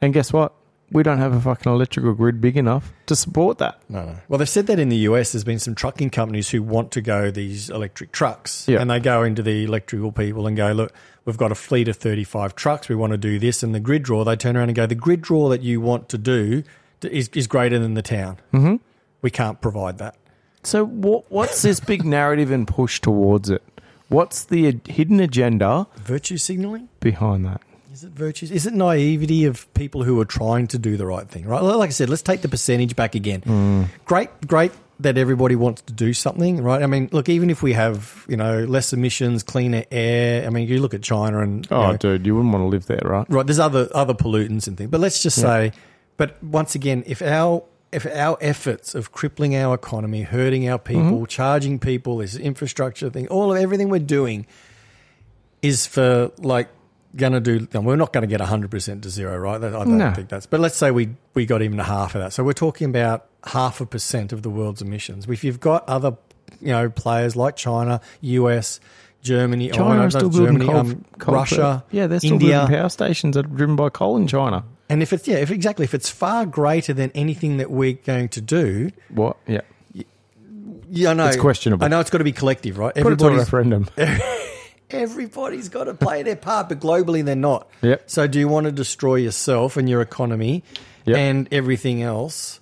And guess what? We don't have a fucking electrical grid big enough to support that. No, no. Well, they've said that in the US, there's been some trucking companies who want to go these electric trucks, Yeah. and they go into the electrical people and go, look, we've got a fleet of 35 trucks, we want to do this, and the grid draw, they turn around and go, the grid draw that you want to do t- is is greater than the town. Mm-hmm. We can't provide that. So what? What's this big narrative and push towards it? What's the ad- hidden agenda Virtue signaling. behind that? Is it virtues? Is it naivety of people who are trying to do the right thing? Right, like I said, let's take the percentage back again. Great, great that everybody wants to do something, right? I mean, look, even if we have you know less emissions, cleaner air. I mean, you look at China and you Oh, know, dude, you wouldn't want to live there, right? right. There's other other pollutants and things, but let's just say, but once again, if our if our efforts of crippling our economy, hurting our Mm-hmm. people, charging people, this infrastructure thing, all of everything we're doing is for like going to do. and We're not going to get hundred percent to zero, right? That- I don't No. think that's. But let's say we we got even a half of that. So we're talking about half a percent of the world's emissions. If you've got other you know players like China, US. Germany, oh, China no, are still not building Germany, coal, um, coal- Russia, Yeah, they're still India, building power stations that are driven by coal in China. and if it's yeah, if exactly if it's far greater than anything that we're going to do, What? Yeah, yeah, I know It's questionable. I know it's got to be collective, right? put it to a Everybody's referendum. everybody's got to play their part, but globally they're not. Yep. So do you want to destroy yourself and your economy Yep. and everything else?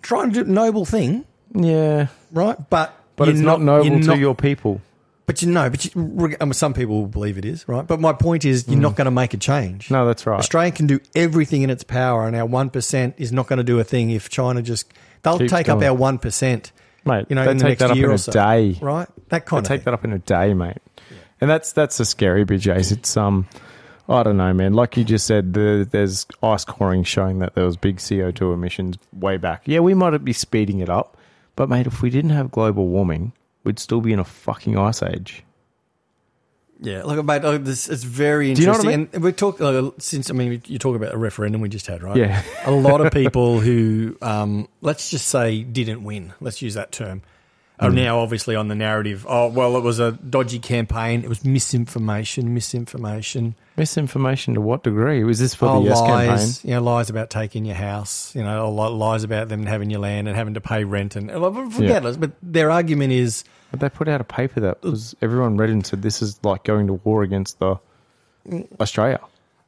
Try and do a noble thing, yeah, right? But but you're it's not, noble you're to not- your people. But you know, but you, reg- I mean, some people believe it is, right? But my point is, you're not going to make a change. Mm. No, that's right. Australia can do everything in its power, and our 1% is not going to do a thing if China just. They'll Keeps take going. up our 1%. Mate, you know, they in the take next that up year in or a so. day. Right? That I kind of take that up in a day, mate. And that's that's the scary bit, Jace. It's um, I don't know, man. Like you just said, the, there's ice coring showing that there was big CO two emissions way back. Yeah, we might be speeding it up, but mate, if we didn't have global warming, we'd still be in a fucking ice age. Yeah, look, mate, oh, this it's very Do you know what interesting. I And we talk uh, since I mean you talk about the referendum we just had, right? Yeah. a lot of people who, um, let's just say, didn't win. Let's use that term. Mm. Are now obviously on the narrative. Oh well, it was a dodgy campaign. It was misinformation, misinformation, Misinformation to what degree? Was this for oh, the yes campaign? lies. You know, lies about taking your house. You know, a lot of lies about them having your land and having to pay rent and regardless. But their argument is But they put out a paper that was everyone read and said this is like going to war against the Mm. Australia.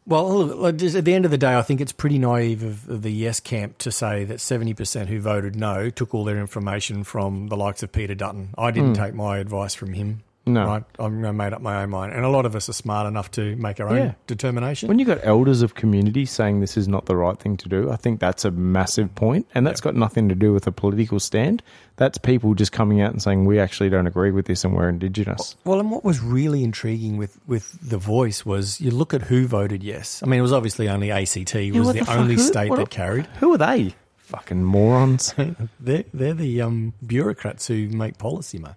Well, look, look, just at the end of the day, I think it's pretty naive of, of the Yes camp to say that 70% who voted no took all their information from the likes of Peter Dutton. I didn't take my advice from him. Hmm. No. Right? I made up my own mind. And a lot of us are smart enough to make our own Yeah. determination. When you got elders of community saying this is not the right thing to do, I think that's a massive point, and that's got nothing to do with a political stand. That's people just coming out and saying we actually don't agree with this and we're indigenous. Well, and what was really intriguing with, with The Voice was you look at who voted yes. I mean, it was obviously only ACT was what the, the fuck? only Who- state what that a- carried. Who are they? Fucking morons. They're, they're the um, bureaucrats who make policy, mate.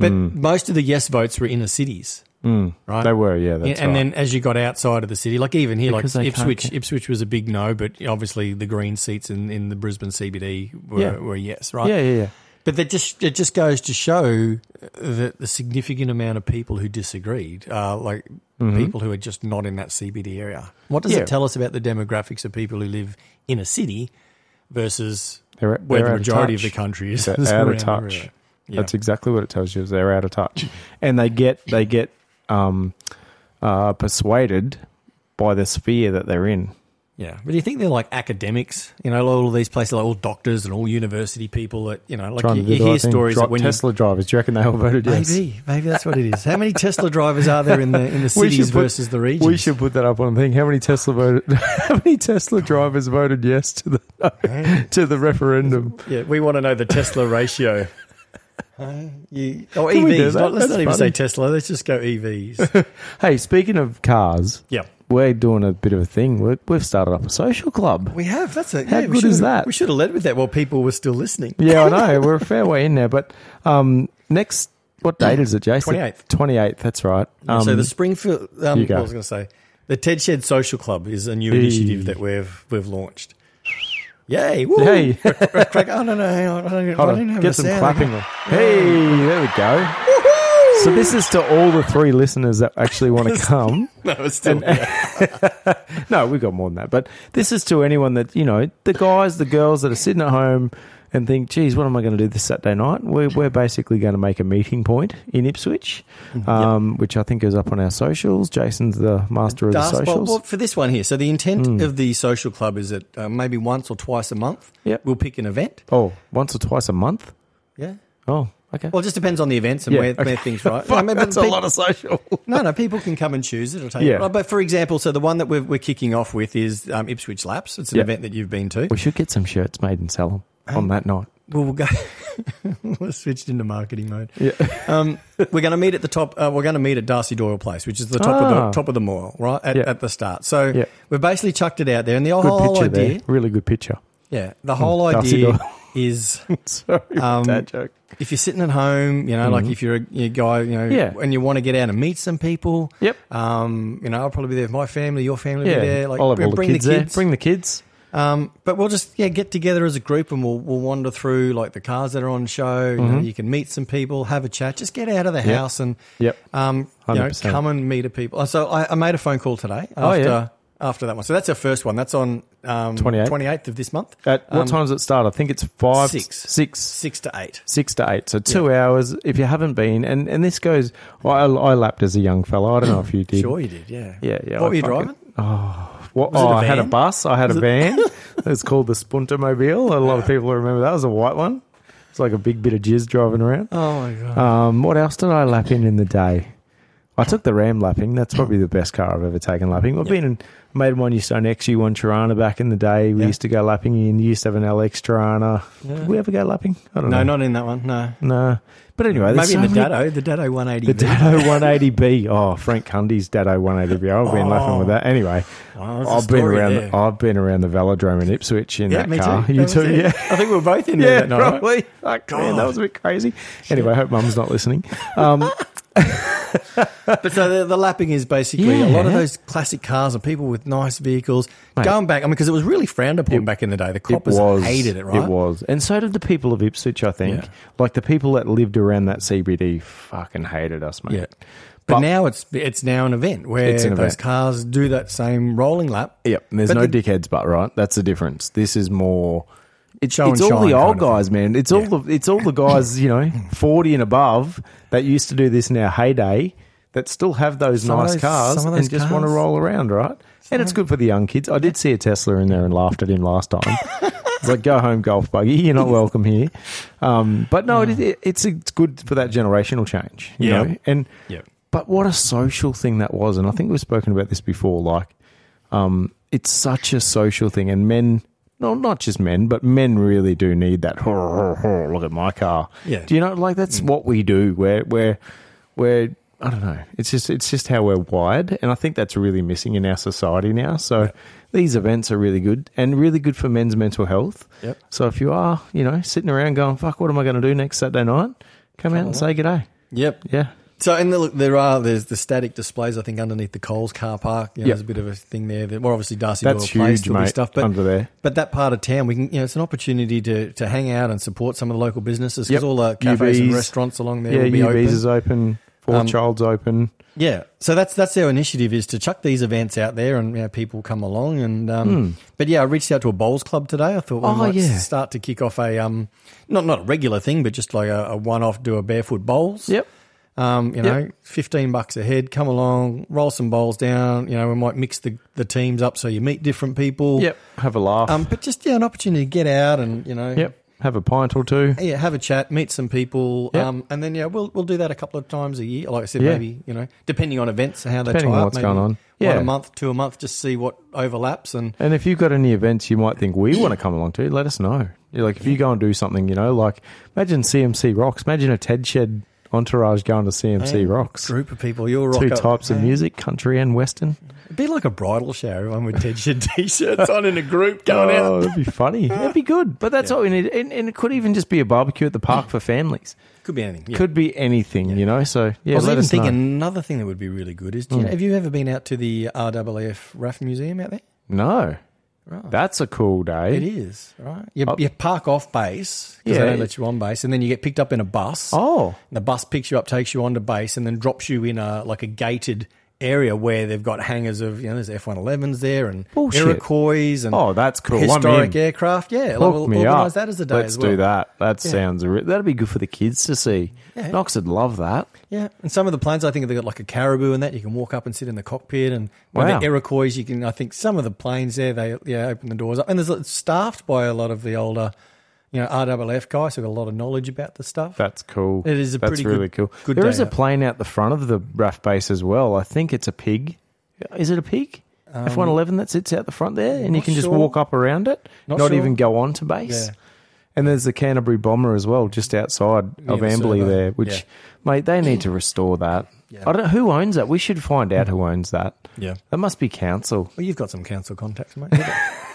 But most of the yes votes were inner cities, right? Mm. they were, Yeah, yeah. That's and right. then as you got outside of the city, like even here, Because like they can't Ipswich, get- Ipswich was a big no, but obviously the green seats in, in the Brisbane CBD were, Yeah. were yes, right? yeah, yeah, yeah. But that just it just goes to show uh, that the significant amount of people who disagreed are like people who are just not in that CBD area. What does Mm-hmm. Yeah. it tell us about the demographics of people who live in a city versus They're, they're where out the of majority of touch. the country is? They're out around of the touch. river? That's exactly what it tells you is they're out of touch, and they get they get um, uh, persuaded by the sphere that they're in. Yeah, but do you think they're like academics? You know, all these places, like all doctors and all university people that you know, like Trying you, to do you the hear right thing. stories Dri- that when you, Tesla drivers, do you reckon they all voted yes? maybe maybe that's what it is. How many Tesla drivers are there in the in the cities put- versus the regions? We should put that up on a thing. How many Tesla voted? How many Tesla drivers voted yes to the to the referendum? yeah, we want to know the Tesla ratio. you, oh, Can we do EVs. that? Not, let's That's not even say funny. Tesla. Let's just go E EVs. Hey, speaking of cars, yeah, we're doing a bit of a thing. We're, we've started up a social club. we have. That's a, How yeah, we good is should've- that? We should have led with that while people were still listening. Yeah, I know we're a fair way in there, but um, next what date is it, Jason? 28th. Twenty eighth. That's right. Um, so the Springfield, um, you go. what was I going to say? The Ted Shed Social Club is a new Hey. initiative that we've we've launched. Yay! Woo. Hey. Crack- crack- crack- oh no no! Hang on, I don't, Hold I on. didn't have Get a some sound. clapping. Hey, there we go. So this is to all the three listeners that actually want to come. No, it's still uh, No, we've got more than that. But this is to anyone that, you know, the guys, the girls that are sitting at home and think, geez, what am I going to do this Saturday night? We're, we're basically going to make a meeting point in Ipswich, Mm-hmm. um, which I think is up on our socials. Jason's the master of the Darth- well, socials. Hmm. well, for this one here. So the intent of the social club is that uh, maybe once or twice a month, Yep. we'll pick an event. Oh, once or twice a month? Yeah. Oh, okay. Well, it just depends on the events and Yeah, where, okay. where things right. No, I Fuck, mean, but that's a pe- lot of social. No, no, people can come and choose it. Or take Yeah. it. But for example, so the one that we're, we're kicking off with is um, Ipswich Laps. It's an Yeah. event that you've been to. we should get some shirts made and sell them on that night. Well, we'll go. we're switched into marketing mode. Yeah. Um, we're going to meet at the top. Uh, we're going to meet at Darcy Doyle Place, which is the top of Ah. the top of the mall, right at, Yeah. at the start. So Yeah. we've basically chucked it out there, and the Good whole picture idea, there. Really good picture. yeah, the whole Darcy idea Doyle. is Sorry, Um, dad joke. if you're sitting at home, you know, like if you're a, you're a guy, you know, Mm-hmm. Yeah. and you want to get out and meet some people, Yep. um, you know, I'll probably be there with my family, your family will Yeah, be there, like I'll have all bring the kids, there. Bring the kids. Um, but we'll just yeah get together as a group and we'll we'll wander through like the cars that are on show. You, Mm-hmm. know, you can meet some people, have a chat, just get out of the Yep. house and Yep. um, you know 100%. come and meet a people. Uh, So I, I made a phone call today after Oh, yeah. after that one. So that's our first one. That's on um, 28th. 28th of this month, At what time does it start? I think it's five, Um, Six. six, six to eight. six to eight. So two hours. If you haven't been, and and this goes, I, I lapped as a young fella. I don't know if you did. Sure, you did, yeah, Yeah, yeah. What I were you fucking- driving? What, it oh, a I had a van? bus. I had a van. it's called the Spuntermobile. A lot of people remember that. It was a white one. It's like a big bit of jizz driving around. Oh my god. Um, what else did I lap in in the day? I took the Ram lapping. That's probably the best car I've ever taken lapping. I've been in, made one Yuston X, U1 Tirana back in the day. We Yeah. used to go lapping in. You used to have an LX Tirana. Did we ever go lapping? I don't no, know. not in that one. No. No. But anyway, Maybe there's so in the many- Dado, the Dado 180. The Dado 180B. Oh, Frank Cundy's Dado 180B. I've been laughing with that. Anyway, Oh, there's a I've been story around. there. The, I've been around the velodrome in Ipswich in yeah, that me car. too. You That was too? it. Yeah. I think we were both in there Yeah, that night. right? probably. Fuck, man, that was a bit crazy. Anyway, I hope Mum's not listening. Um, But so the, the lapping is basically a lot of Yeah. those classic cars and people with nice vehicles Mate. going back. I mean, because it was really frowned upon back in the day. The it coppers was hated it, right? It was, and so did the people of Ipswich. I think, Yeah. like the people that lived around that CBD, fucking hated us, mate. Yeah. But, now it's it's now an event where It's an those event. cars do that same rolling lap. Yep. and There's But no the- dickheads, but right. That's the difference. This is more. It's, Show it's and all the shine old kind of guys, man. It's all the it's all the guys, you know, forty and above that used to do this in our heyday that still have those Some of nice those- cars some of and those just want to cars. roll around, right? and it's good for the young kids. I did see a Tesla in there and laughed at him last time. it's like go home, golf buggy. You're not welcome here. Um, but no, it, it, it's it's good for that generational change, you Yeah. know. And Yeah. but what a social thing that was. And I think we've spoken about this before. Like, um, it's such a social thing. And men, no, not just men, but men really do need that. "Hur, hur, hur, Look at my car. Yeah. Mm. Do you know, like, that's what we do. We're, we're, we're, I don't know. It's just, it's just how we're wired. And I think that's really missing in our society now. So these events are really good and really good for men's mental health. Yep. So if you are, you know, sitting around going, fuck, what am I going to do next Saturday night? Come out and say good day. Yep. Yeah. So, and the, look, there are there's the static displays. I think underneath the Coles car park, you know, Yep. there's a bit of a thing there. That, well, obviously Darcy That's Doyle Place, huge, there'll be mate, stuff, but under there. But that part of town, we can, you know, it's an opportunity to, to hang out and support some of the local businesses because Yep. all the cafes and UBs. restaurants along there Yeah, will be UB's open. is open. Four Um, Child's open. Yeah, so that's that's our initiative is to chuck these events out there and you know, people come along and um, but yeah, I reached out to a bowls club today. I thought we Hmm. Oh, might yeah. s- start to kick off a um not not a regular thing, but just like a, a one off do a barefoot bowls. Um, you know, fifteen bucks a head. Come along, roll some bowls down. You know, we might mix the, the teams up so you meet different people. Yep. Have a laugh. Um, but just yeah, an opportunity to get out and you know, yep. Have a pint or two. yeah, have a chat, meet some people. Yep. Um, and then yeah, we'll we'll do that a couple of times a year. Like I said, Yeah. maybe you know, depending on events and how they Depending tie on up, what's maybe going on. one Yeah. a month, two a month, just see what overlaps and And if you've got any events you might think we want to come along to, let us know. You're like, if you go and do something, you know, like imagine CMC Rocks. Imagine a Ted Shed entourage going to CMC Rocks. group of people. You'll rock Two up. types of music, country and western. It'd be like a bridal shower, everyone with Ted Shed t-shirts on in a group going out. Oh, that'd be funny. that'd be good. But that's all we need. And, and it could even just be a barbecue at the park for families. Could be anything. yeah. Could be anything, you know. So I yeah, was let even us thinking know. another thing that would be really good is do you know, have you ever been out to the RAAF RAF Museum out there? No, that's a cool day. It is right. You, you park off base because Yeah. they don't let you on base, and then you get picked up in a bus. Oh, And The bus picks you up, takes you onto base, and then drops you in a like a gated area where they've got hangars of you know there's F one elevens there and Bullshit. Iroquois and Oh, that's cool. I'm historic in. aircraft. Yeah, like, hook we'll me organise up. that as a day. Let's as well. do that. That sounds re- that'd be good for the kids to see. Knox would love that. Yeah, and some of the planes I think they've got like a caribou and that you can walk up and sit in the cockpit and one of Wow. the Iroquois you can I think some of the planes there they yeah open the doors up and there's it's staffed by a lot of the older you know RWF guys who've got a lot of knowledge about the stuff. That's cool. It is a That's pretty good- really cool. good There day is a out. plane out the front of the RAF base as well. I think it's a pig. Is it a pig? F one eleven that sits out the front there, and you Um, Not can just sure. walk up around it, not, Not sure. even go on to base. Yeah. And there's the Canterbury bomber as well, just outside of the Amberley servo. there. Which, Yeah. mate, they need to restore that. I don't know who owns that. We should find out who owns that. Yeah. that must be council. Well, you've got some council contacts, mate.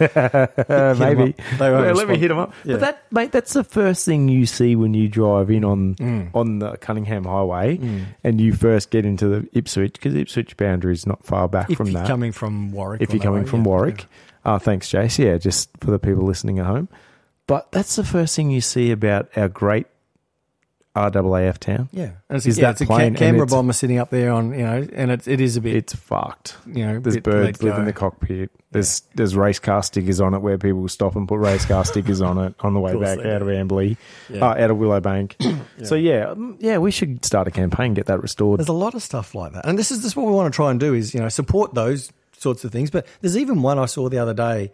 Uh, Hit 'em maybe up. They won't Yeah, let me respond. hit them up. Yeah. But that, mate, that's the first thing you see when you drive in on Mm. on the Cunningham Highway, and you first get into the Ipswich because Ipswich boundary is not far back if from you're that. coming from Warwick, if on you're that coming way, from yeah. Warwick, uh, thanks, Jace. Yeah, just for the people listening at home. But that's the first thing you see about our great RAAF town. Yeah, and it's, Is yeah, that it's a plane ca- and Canberra it's- bomber sitting up there on you know, and it, it is a bit It's fucked. you know, There's bit birds let live in go. the cockpit. There's there's race car stickers on it where people stop and put race car stickers on it on the way course back they out of do. Amberley, Yeah. uh, out of Willowbank. So yeah, um, yeah, we should start a campaign, get that restored. There's a lot of stuff like that, and this is this is what we want to try and do is you know support those sorts of things. But there's even one I saw the other day.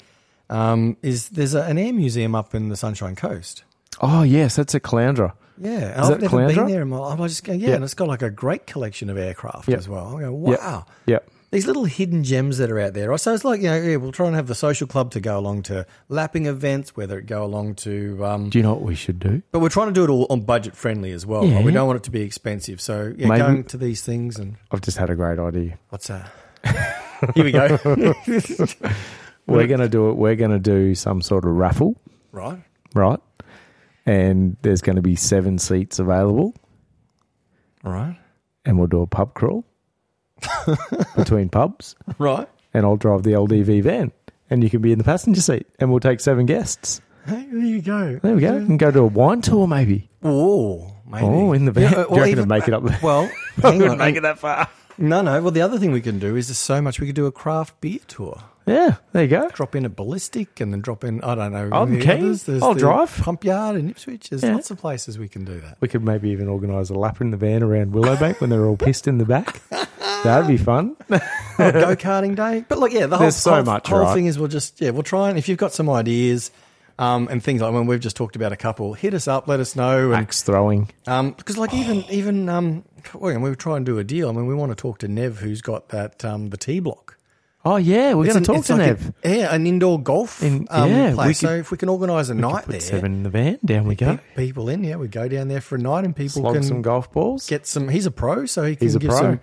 Um, is there's a, an air museum up in the Sunshine Coast? Oh yes, that's a calandra. Yeah, and Is I've that never been Calandra? there in my life. I just go, yeah, Yeah. and it's got like a great collection of aircraft Yeah. as well. I go, Yeah. wow. Yep. These little hidden gems that are out there. right? So it's like, you know, yeah, we'll try and have the social club to go along to lapping events, whether it go along to. Um, Do you know what we should do? but we're trying to do it all on budget friendly as well. Yeah. We don't want it to be expensive. So yeah, Maybe- going to these things and I've just had a great idea. what's that? Here we go. We're going to do it. We're going to do some sort of raffle, right. right? And there's going to be seven seats available, Right. and we'll do a pub crawl between pubs, Right. and I'll drive the LDV van, and you can be in the passenger seat, and we'll take seven guests. Hey, there you go. There we go, and go to a wine tour maybe. Oh, maybe. Oh, in the van. Do you or reckon it'd make it up there? Well, hang on. Make it that far. No, no. Well, the other thing we can do is there's so much we could do a craft beer tour. Yeah, there you go. Drop in a ballistic and then drop in, I don't know. I'm the keen. others. There's I'll the drive. Pump yard in Ipswich. There's Yeah. lots of places we can do that. We could maybe even organise a lap in the van around Willowbank when they're all pissed in the back. That'd be fun. Go karting day. But look, yeah, the whole, There's so whole, much, whole right? thing is we'll just, yeah, we'll try and if you've got some ideas um, and things like when we've just talked about a couple, hit us up, let us know. And Axe throwing. Um, because like even even um, well, and we were trying to do a deal. I mean, we want to talk to Nev, who's got that um, the T block. Oh yeah, we're going to talk to like Nev. A, yeah, an indoor golf In- um, yeah, we place. so could- if we can organise a night there, Put seven in the van. Down we go. pe- people in. Yeah, we go down there for a night, and people Slog can some golf balls. get some. He's a pro, so he can He's a give pro. Mm. some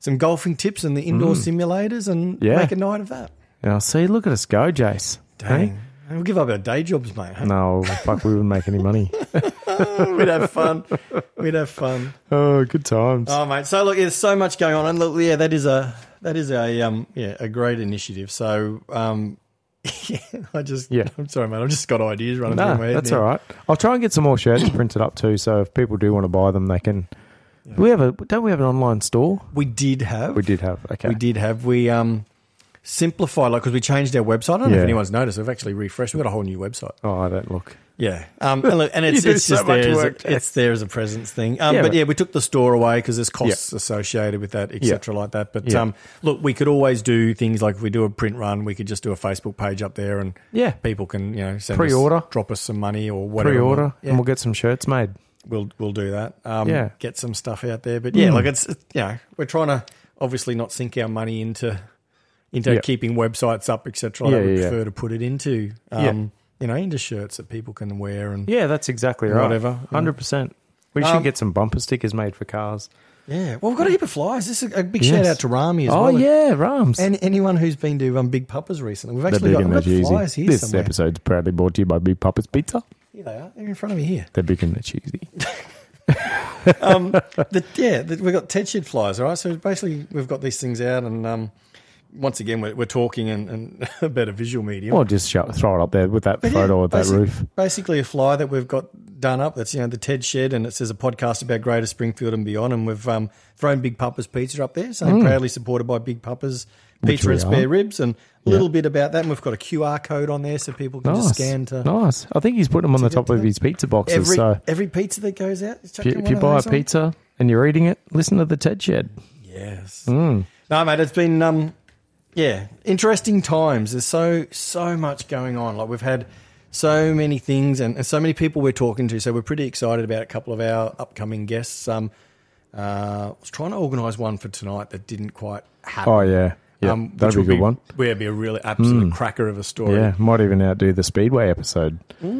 some golfing tips and the indoor simulators, and Yeah. make a night of that. now see, look at us go, Jace. Dang. Hey? And We'll give up our day jobs, mate. huh? No, fuck, we wouldn't make any money. We'd have fun. We'd have fun. oh, good times. Oh mate, so look, there's so much going on, and look, yeah, that is a that is a um yeah a great initiative. So um yeah, I just Yeah. I'm sorry mate, I've just got ideas running no, through my head. that's now. all right. I'll try and get some more shirts printed up too. So if people do want to buy them, they can. Do we have a? Don't we have an online store? We did have We did have. Okay. we did have we um simplified like because we changed our website. I don't know if Yeah. anyone's noticed. We've actually refreshed. We've got a whole new website. Oh, I don't look. Yeah, um, and, look, and it's, do it's so just much there. As work, a, it's there as a presence thing. Um, Yeah, but, but- yeah, we took the store away because there's costs associated with that, etc., like that. But Yeah. um, look, we could always do things like if we do a print run, we could just do a Facebook page up there, and Yeah. people can you know send Pre-order. us, drop us some money or whatever. Pre-order, Yeah, and we'll get some shirts made. we'll we'll do that. Um, Yeah. get some stuff out there. But yeah, Mm. like it's it- you know we're trying to obviously not sink our money into into Yeah. keeping websites up, etc. Yeah, I would yeah, yeah. prefer to put it into um, Yeah. you know into shirts that people can wear and. Yeah, that's exactly right. right. Whatever. hundred percent. We Um, should get some bumper stickers made for cars. Yeah, well, we've got a heap of flies. This is a big Yes. shout out to Rami as Oh well. yeah, Rams. and anyone who's been to um, Big Papa's recently, we've actually got, we've got flies here This somewhere. episode's proudly brought to you by Big Papa's Pizza. Here they are, they're in front of me here. They're big and they're cheesy. Um, the, yeah, the, we've got Ted Shed flies. All right, so basically we've got these things out, and um, once again we're, we're talking and, and about a visual medium. Or just show, throw it up there with that But yeah, photo of that basic- roof. Basically, a fly that we've got done up. That's you know the Ted Shed, and it says a podcast about Greater Springfield and beyond. And we've um, thrown Big Papa's Pizza up there, so proudly supported by Big Papa's Hmm. Which Pizza we and Spare are. Ribs, and a little bit about that. And we've got a QR code on there, so people can Nice, just scan to nice. I think he's putting them on the get top to of them. his pizza boxes. every so every pizza that goes out. if you, if you buy a pizza and you're eating it, listen to the Ted Shed. yes. Mm. No, mate, it's been um, yeah, interesting times. There's so so much going on. Like we've had so many things and, and so many people we're talking to. So we're pretty excited about a couple of our upcoming guests. Um, uh, I was trying to organise one for tonight that didn't quite happen. Oh yeah, yeah, Um, which that'd be a would good one. Mm. Yeah, it'd be a really absolute cracker of a story. Yeah, might even outdo the Speedway episode.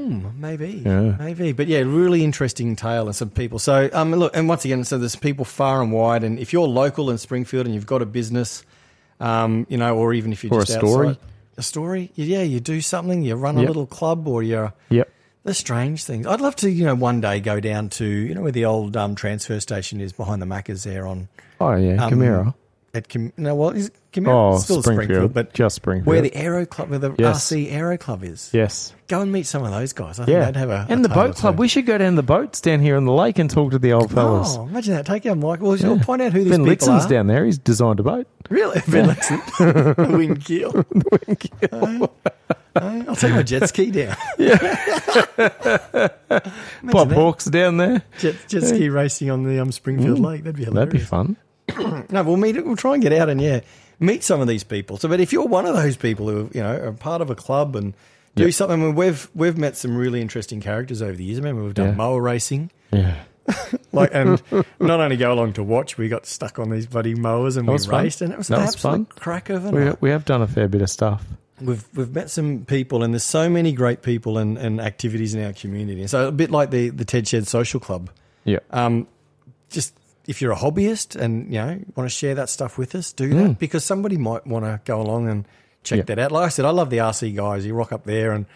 Maybe, Yeah. maybe, but yeah, really interesting tale and some people. So, um, look, and once again, so there's people far and wide, and if you're local in Springfield and you've got a business, um, you know, or even if you're Or a just story. outside- a story, yeah, you do something, you run a Yep. little club, or you're Yep. the strange things. I'd love to, you know, one day go down to you know where the old um, transfer station is behind the Macca's there on Oh yeah, um, Chimera. At Kim, no, well, is it Chimera? Oh, It's still Springfield, but just Springfield. where the Aero Club, where the Yes. RC Aero Club is. Yes. Go and meet some of those guys. I think Yeah. they'd have a and a the tale or boat club. two. We should go down the boats down here on the lake and talk to the old fellas. Oh, imagine that. Take our mic. We'll, we'll find out who these ben people Lixon's are. down there. He's designed a boat. Really? Ben Lixon. Wingkeel. Hey, Uh, I'll take my jet ski down. Bob that. Hawke's down there. Jet, jet ski racing on the um, Springfield Lake. That'd be Mm. hilarious. That'd be fun. No, we'll meet. We'll try and get out and yeah, meet some of these people. So, but if you're one of those people who you know are part of a club and do Yep. something. I mean, we've we've met some really interesting characters over the years. I remember we've done Yeah. mower racing, Yeah. like, and not only go along to watch, we got stuck on these bloody mowers and we was fun. raced, and it was That an was absolute fun. crack of a We, night. we have done a fair bit of stuff. We've we've met some people, and there's so many great people and, and activities in our community. So a bit like the the Ted Shed Social Club. Yeah. um, just if you're a hobbyist and you know want to share that stuff with us, do that because somebody might want to go along and check Mm. Yeah. that out. Like I said, I love the RC guys. You rock up there and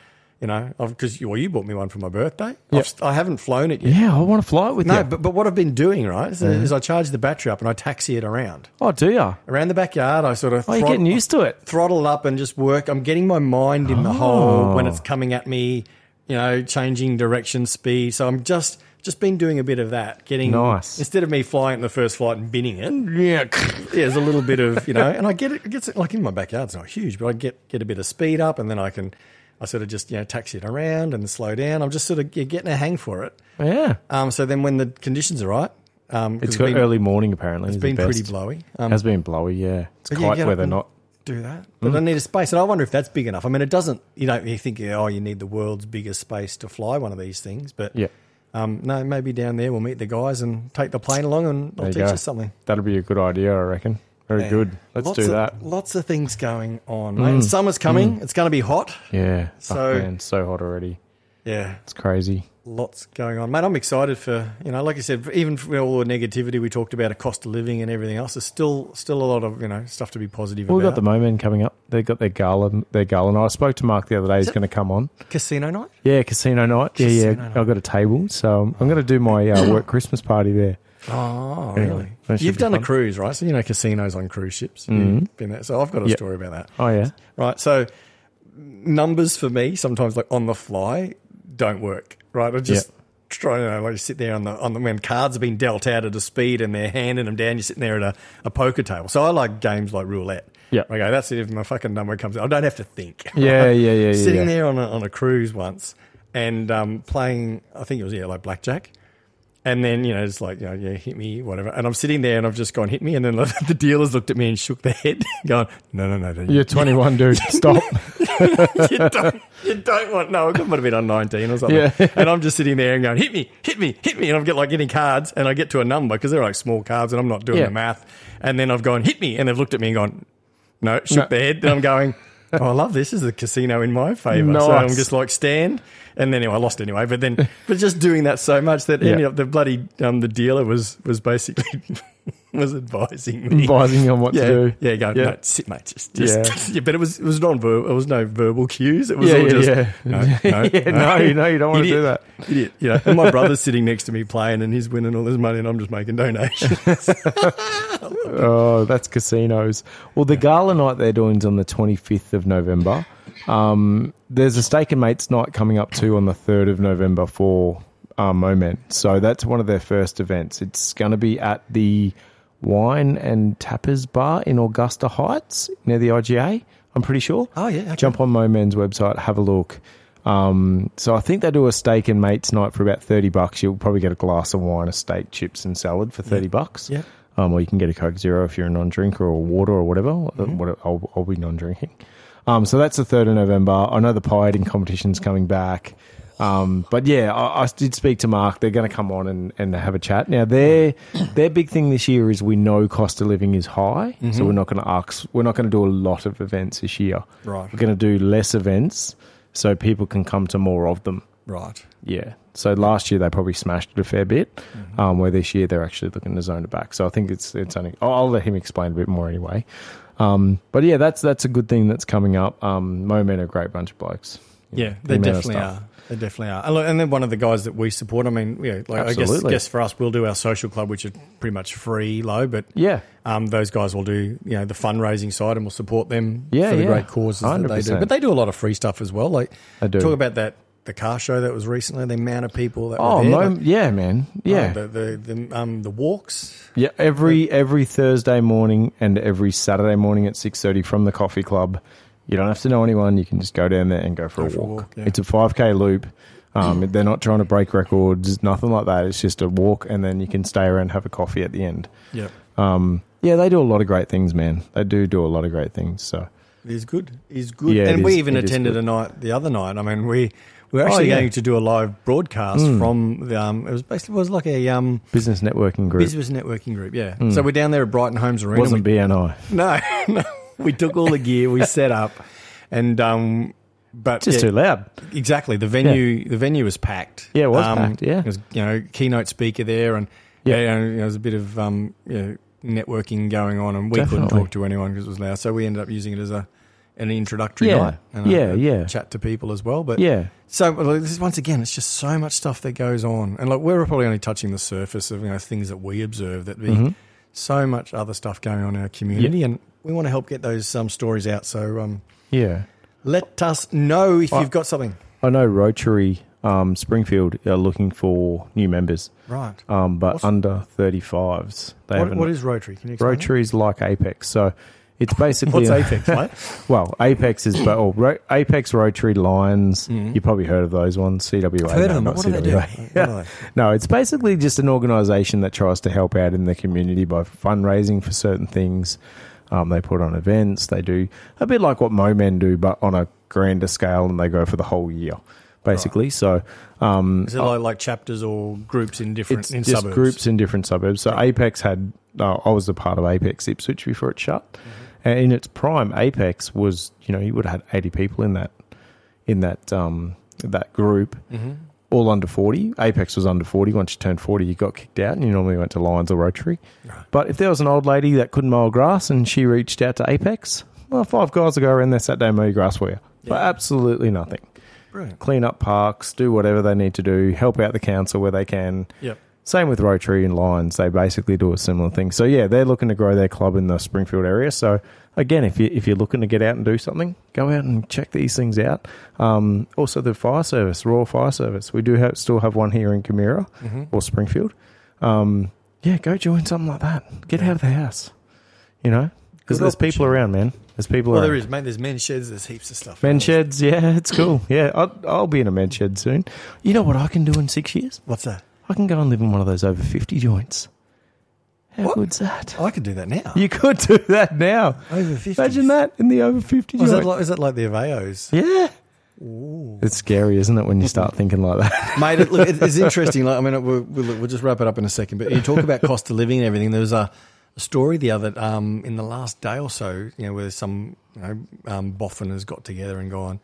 you know because you, well, you bought me one for my birthday. Yeah. I've, st- I haven't flown it yet. yeah, Mm-hmm. I want to fly it with No, you. but, but what I've been doing right is, uh, is I charge the battery up and I taxi it around oh, do you? around the backyard. I sort of Oh, you're throt- getting used to it. throttle up and just work. I'm getting my mind in the hole when it's Oh. coming at me, you know, changing direction, speed. So I'm just just been doing a bit of that, getting Nice. instead of me flying it in the first flight and binning it. Yeah. There's a little bit of you know, and I get it. it Gets it like in my backyard. It's not huge, but I get get a bit of speed up, and then I can. I sort of just you know taxi it around and slow down. I'm just sort of yeah, getting a hang for it. Yeah. Um, so then when the conditions are right, um, 'cause It's it's got been, early morning apparently. It's been pretty blowy. Um, Has been blowy, yeah. It's yeah, quite get up weather, and- not. Mm-hmm. do that. But I need a space, and I wonder if that's big enough. I mean, it doesn't. You know, you think, oh, you need the world's biggest space to fly one of these things, but Yeah. um, no, maybe down there we'll meet the guys and take the plane along, and I'll There you teach go. us something. That'll be a good idea, I reckon. Very good. Let's Lots do of- that. Mm. Lots of things going on. mate. And summer's coming. It's going to be hot. Yeah. So- oh, man, so hot already. Yeah, It's crazy. lots going on, mate. I'm excited for you know, like I said, even for all the negativity we talked about, a cost of living and everything else. There's still still a lot of you know stuff to be positive Well, we've got about. the Moment coming up. They've got their gala, their gala night. I spoke to Mark the other day. He's going to come on. casino night. Yeah, casino night. yeah, yeah. Casino night. I've got a table, so I'm, I'm going to do my uh, work Christmas party there. Oh, Yeah, really? that should You've be done a fun. Mm-hmm. cruise, right? So you know casinos on cruise ships. You've been there. So I've got a Yep. story about that. Oh yeah, Right. So numbers for me sometimes like on the fly don't work. Right. I just Yep. try you know, like you sit there on the on the when cards are being dealt out at a speed and they're handing them down, you're sitting there at a, a poker table. So I like games like roulette. Yep. I go, that's it if my fucking number comes out. I don't have to think. yeah, yeah, yeah. yeah Sitting yeah. there on a, on a cruise once and um, playing, I think it was, yeah, like blackjack. And then, you know, it's like, you know, yeah, hit me, whatever. And I'm sitting there and I've just gone, hit me. And then the dealers looked at me and shook their head, going, no, no, no, no you, You're 21, dude. Stop. you don't, you don't want, no, it might have been on 19 or something. Yeah. And I'm just sitting there and going, hit me, hit me, hit me. And I'm get, like getting cards and I get to a number because they're like small cards and I'm not doing Yeah. the math. And then I've gone, hit me. And they've looked at me and gone, no, shook their head. And I'm going, oh, I love this. This is the casino in my favor. So I'm Nice. just like, stand. And then anyway, I lost anyway. But then, but just doing that so much that ended Yeah. up the bloody, um, the dealer was, was basically, was advising me. Advising you on what yeah, to do. yeah, go, Yeah. no, sit, mate, just, just yeah. Yeah. But it was, it was non-verbal, it was no verbal cues. It was Yeah, all yeah, just, yeah. no, no, Yeah, no, no, you don't wanna Idiot. do that. Idiot. You know, and my brother's sitting next to me playing and he's winning all his money and I'm just making donations. Oh, that's casinos. Well, the gala night they're doing is on the 25th of November. Um, there's a steak and mates night coming up too on the 3rd of November for uh, Moment. So that's one of their first events. It's going to be at the Wine and Tappers Bar in Augusta Heights near the IGA, I'm pretty sure. Oh, yeah, okay. Jump on Moment's website, have a look. Um, so I think they do a steak and mates night for about 30 bucks. You'll probably get a glass of wine, a steak, chips and salad for 30 bucks. Yeah. Um, or you can get a Coke Zero if you're a non-drinker or water or whatever. Uh, what- I'll, I'll be non-drinking. Um, so that's the 3rd of November. I know the pie eating competition's coming back. Um, but yeah, I, I did speak to Mark. They're going to come on and, and have a chat. Now their their big thing this year is we know cost of living is high, so we're not going to ask. We're not going to do a lot of events this year. Right. We're going to do less events so people can come to more of them. right. Yeah. So last year they probably smashed it a fair bit, Mm-hmm. um, where this year they're actually looking to zone it back. So I think it's it's only. I'll, I'll let him explain a bit more anyway. Um, but yeah, that's that's a good thing that's coming up. Um, Moment are a great bunch of blokes. Yeah, the they amount of definitely stuff. are. They definitely are. And look, And then one of the guys that we support, I mean, you know, like I guess, Absolutely. guess for us, we'll do our social club, which are pretty much free, low, but Yeah. um, those guys will do you know the fundraising side and we'll support them Yeah, for the yeah. great causes that they do. 100%. But they do a lot of free stuff as well. Like They do. talk about that the car show that was recently. The amount of people that Oh, were there. Mo- like, yeah, man. Yeah. uh, the the the, um, the walks. Yeah, every every Thursday morning and every Saturday morning at six thirty from the coffee club. You don't have to know anyone. You can just go down there and go for, a, for a walk. walk, yeah. It's a five k loop. Um, they're not trying to break records, nothing like that. It's just a walk, and then you can stay around and have a coffee at the end. Yep. Um, yeah, they do a lot of great things, man. They do do a lot of great things. So It is good. It is good. Yeah, and it we is- even it is attended good. Oh, a night the other night. I mean, we we were actually yeah. Hmm. going to do a live broadcast from the. Um, it was basically it was like a um, Business networking group. business networking group. Yeah. So we're down there at Brighton Homes Arena. Hmm. Wasn't We- BNI. no, no. We took all the gear. We set up, and um, but Just yeah, too loud. Exactly. The venue the venue was packed. Yeah, it was packed, yeah. There was, you know, keynote speaker there and yeah, Yeah. you know, there was a bit of um, you know, networking going on and we couldn't Definitely. talk to anyone because it was loud. So we ended up using it as a an introductory Yeah. night. And a- Yeah, a yeah. Chat to people as well. But Yeah. So well, this is, once again, it's just so much stuff that goes on. And like we're probably only touching the surface of, you know, things that we observe that be Mm-hmm. so much other stuff going on in our community and we want to help get those um, stories out. So um, Yeah. let us know if you've got something. I know Rotary um, Springfield are looking for new members, Right. um, but What's- under 35s. They What, haven't. what is Rotary? Can you explain? that? Rotary's like Apex. So it's basically. What's Apex, mate? Well, Apex is, but well, Ro- Apex Rotary Lions. You've probably heard of those ones. CWA. Mm-hmm. I've heard no, of them. not What do they do? CWA. What are they? no, it's basically just an organisation that tries to help out in the community by fundraising for certain things. Um, they put on events. They do a bit like what MoMen do, but on a grander scale, and they go for the whole year, basically. So um, Is it like, like chapters or groups in different it's in just suburbs? groups in different suburbs. So Apex had, uh, I was a part of Apex Ipswich before it shut, Mm-hmm. and in its prime, Apex was, you know, you would have had eighty people in that, in that, um, that group, Mm-hmm. all under forty. Apex was under forty. Once you turned forty, you got kicked out, and you normally went to Lions or Rotary. But if there was an old lady that couldn't mow grass and she reached out to Apex, well, five guys will go around there Saturday and mow your grass for you for absolutely nothing. Brilliant. Clean up parks, do whatever they need to do, help out the council where they can. Yep. Same with Rotary and Lions. They basically do a similar thing. So yeah, they're looking to grow their club in the Springfield area. So again, if you if you're looking to get out and do something, go out and check these things out. Um, also, the fire service, Royal Fire Service. We do have, still have one here in Camira Mm-hmm. or Springfield. Um, yeah, go join something like that. Get out of the house. You know, because Good there's people opportunity. around, man. There's people Well, around. there is, mate. There's men's sheds. There's heaps of stuff. uh, Men sheds, yeah, it's cool. Yeah, I'll, I'll be in a men shed soon. You know what I can do in six years? What's that? I can go and live in one of those over 50 joints. How What? good's that? Oh, I could do that now. You could do that now. Over 50s. Imagine that in the over 50 Is joint. that, like, is that like the Aveos? yeah. It's scary, isn't it, when you start thinking like that? Mate, it, look, it- it's interesting. Like, I mean, it- we'll, we'll, we'll just wrap it up in a second. But you talk about cost of living and everything. There was a, a story the other um, in the last day or so, you know, where some you know, um, boffin has got together and gone.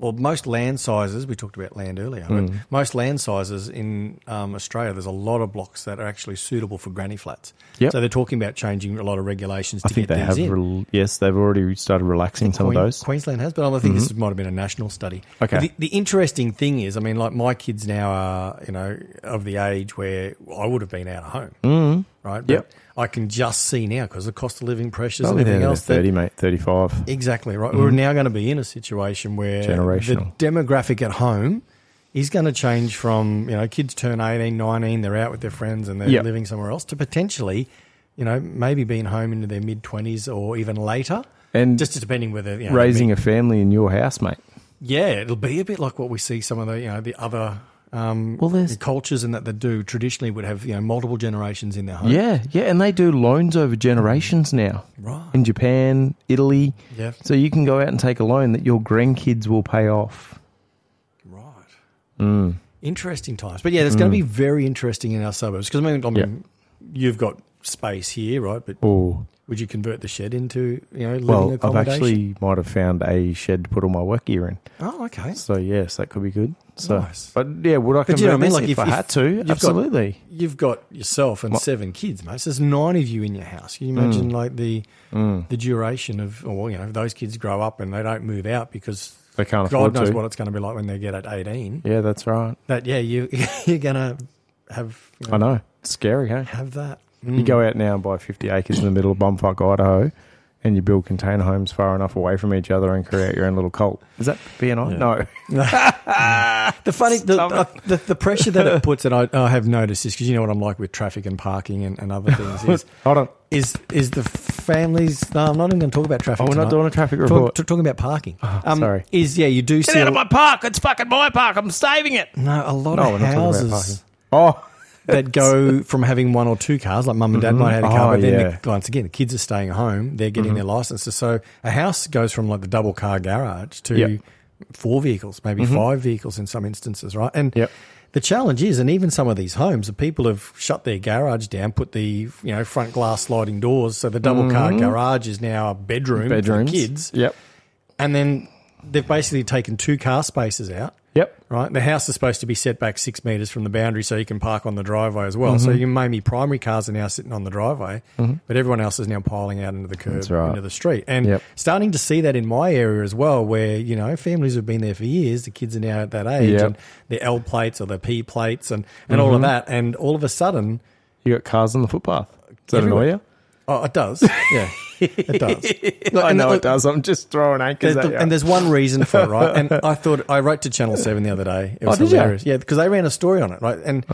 Well, most land sizes. We talked about land earlier. Hmm. But most land sizes in um, Australia, there's a lot of blocks that are actually suitable for granny flats. Yep. So they're talking about changing a lot of regulations to I think get they these have, in. rel- yes, they've already started relaxing some Queen- of those. Mm-hmm. Queensland has, but I think this might have been a national study. Okay. But The, the interesting thing is, I mean, like my kids now are, you know, of the age where I would have been out of home, mm. right? But Mm-hmm. Yep. I can just see now because the cost of living pressures Probably and everything they're else. that- 30, mate, 35. exactly right. We're now going to be in a situation where Mm-hmm. Generational. the demographic at home is going to change from you know kids turn 18, 19, they're out with their friends and they're Yep. living somewhere else to potentially. You know, maybe being home into their mid twenties or even later, And just depending whether you know, raising a family in your house, mate. yeah, it'll be a bit like what we see some of the you know the other um, Well, there's- cultures and that they do traditionally would have you know multiple generations in their home. Yeah, yeah, and they do loans over generations now. Right. In Japan, Italy. Yeah. So you can go out and take a loan that your grandkids will pay off. right. Mm. Interesting times, but yeah, it's going to be very interesting in our suburbs because I mean, I mean you've got space here, right? But Or would you convert the shed into you know living well, I've accommodation? actually might have found a shed to put all my work gear in. oh, okay. So yes, that could be good. So, Nice. but yeah, would I But convert you know what I mean? this Like, if, if- I if had to? you've got- Absolutely. You've got yourself and seven kids, mate. So there's nine of you in your house. Can you Mm. imagine like the the duration of, or you know, if those kids grow up and they don't move out because They can't God afford knows to. what it's going to be like when they get at 18. yeah, that's right. That yeah, you you're going to have you know, I know. It's scary, hey. have that. You go out now and buy fifty acres in the middle of bumfuck Idaho, and you build container homes far enough away from each other and create your own little cult. Is that BNI? No. The funny, the, uh, the, the pressure that it puts, and I, I have noticed this because you know what I'm like with traffic and parking and, and other things is Hold on. is is the families. No, I'm not even going to talk about traffic. Oh, we're not tonight. doing a traffic Talk- report. Oh, t- talking about parking. Um, sorry. Is yeah, you do see a- park. It's fucking my park. I'm saving it. no a lot No, Oh, we're of not talking about houses. parking. Oh, that go from having one or two cars, like mum and dad might have a Mhm. car, Oh, but then yeah. Mm-hmm. the, once again, the kids are staying at home, they're getting their licenses. So a house goes from like the double car garage to Yep. Mm-hmm. four vehicles, maybe five vehicles in some instances, right? And Yep. the challenge is, and even some of these homes, the people have shut their garage down, put the you know front glass sliding doors, so the double car garage is now a bedroom Mm-hmm. Bedrooms. for kids, Yep. and then they've basically taken two car spaces out Yep. right? The house is supposed to be set back six metres from the boundary so you can park on the driveway as well. Mm-hmm. So your maybe primary cars are now sitting on the driveway, but everyone else is now piling out into the curb, right. into the street. And Yep. starting to see that in my area as well, where, you know, families have been there for years, the kids are now at that age, Yep. Mm-hmm. and the L plates or the P plates and, and all of that. And all of a sudden, You got cars on the footpath. Does that annoy you? oh, it does. Yeah, it does. I and know the- it does. I'm just throwing anchors There's at the- you. and there's one reason for it, right? And I thought I wrote to Channel Seven the other day. It was Oh, did Oh. you? hilarious, yeah, because they ran a story on it, right? And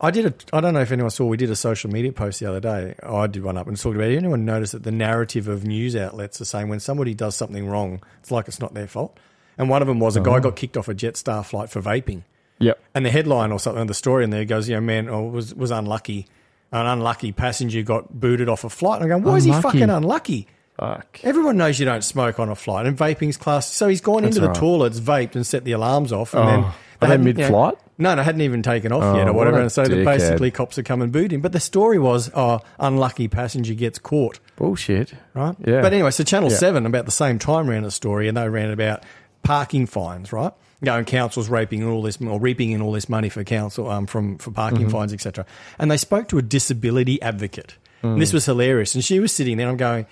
I did. A, I don't know if anyone saw. We did a social media post the other day. I did one up and talked about. it. Anyone notice that the narrative of news outlets are saying when somebody does something wrong, it's like it's not their fault. And one of them was a Oh. guy got kicked off a Jetstar flight for vaping yep. and the headline or something of the story in there goes, you know, man, oh, was was unlucky. An unlucky passenger got booted off a flight. And I'm going, why is he Unlucky. fucking unlucky? Fuck. Everyone knows you don't smoke on a flight, and vaping's class. So he's gone into right. the toilets, vaped, and set the alarms off. And then Oh. Are they hadn't, you know- mid-flight? Oh, no, no, hadn't even taken off yet or what whatever. a And so the dickhead. basically cops have come and booed him. But the story was, oh, unlucky passenger gets caught Bullshit. right? Yeah. But anyway, so Channel Yeah. 7 about the same time ran a story and they ran about parking fines, right? You know, and councils raping all this or reaping in all this money for council um, from for Mm-hmm. parking fines, etc. And they spoke to a disability advocate. And Mm. this was hilarious. And she was sitting there, and I'm going,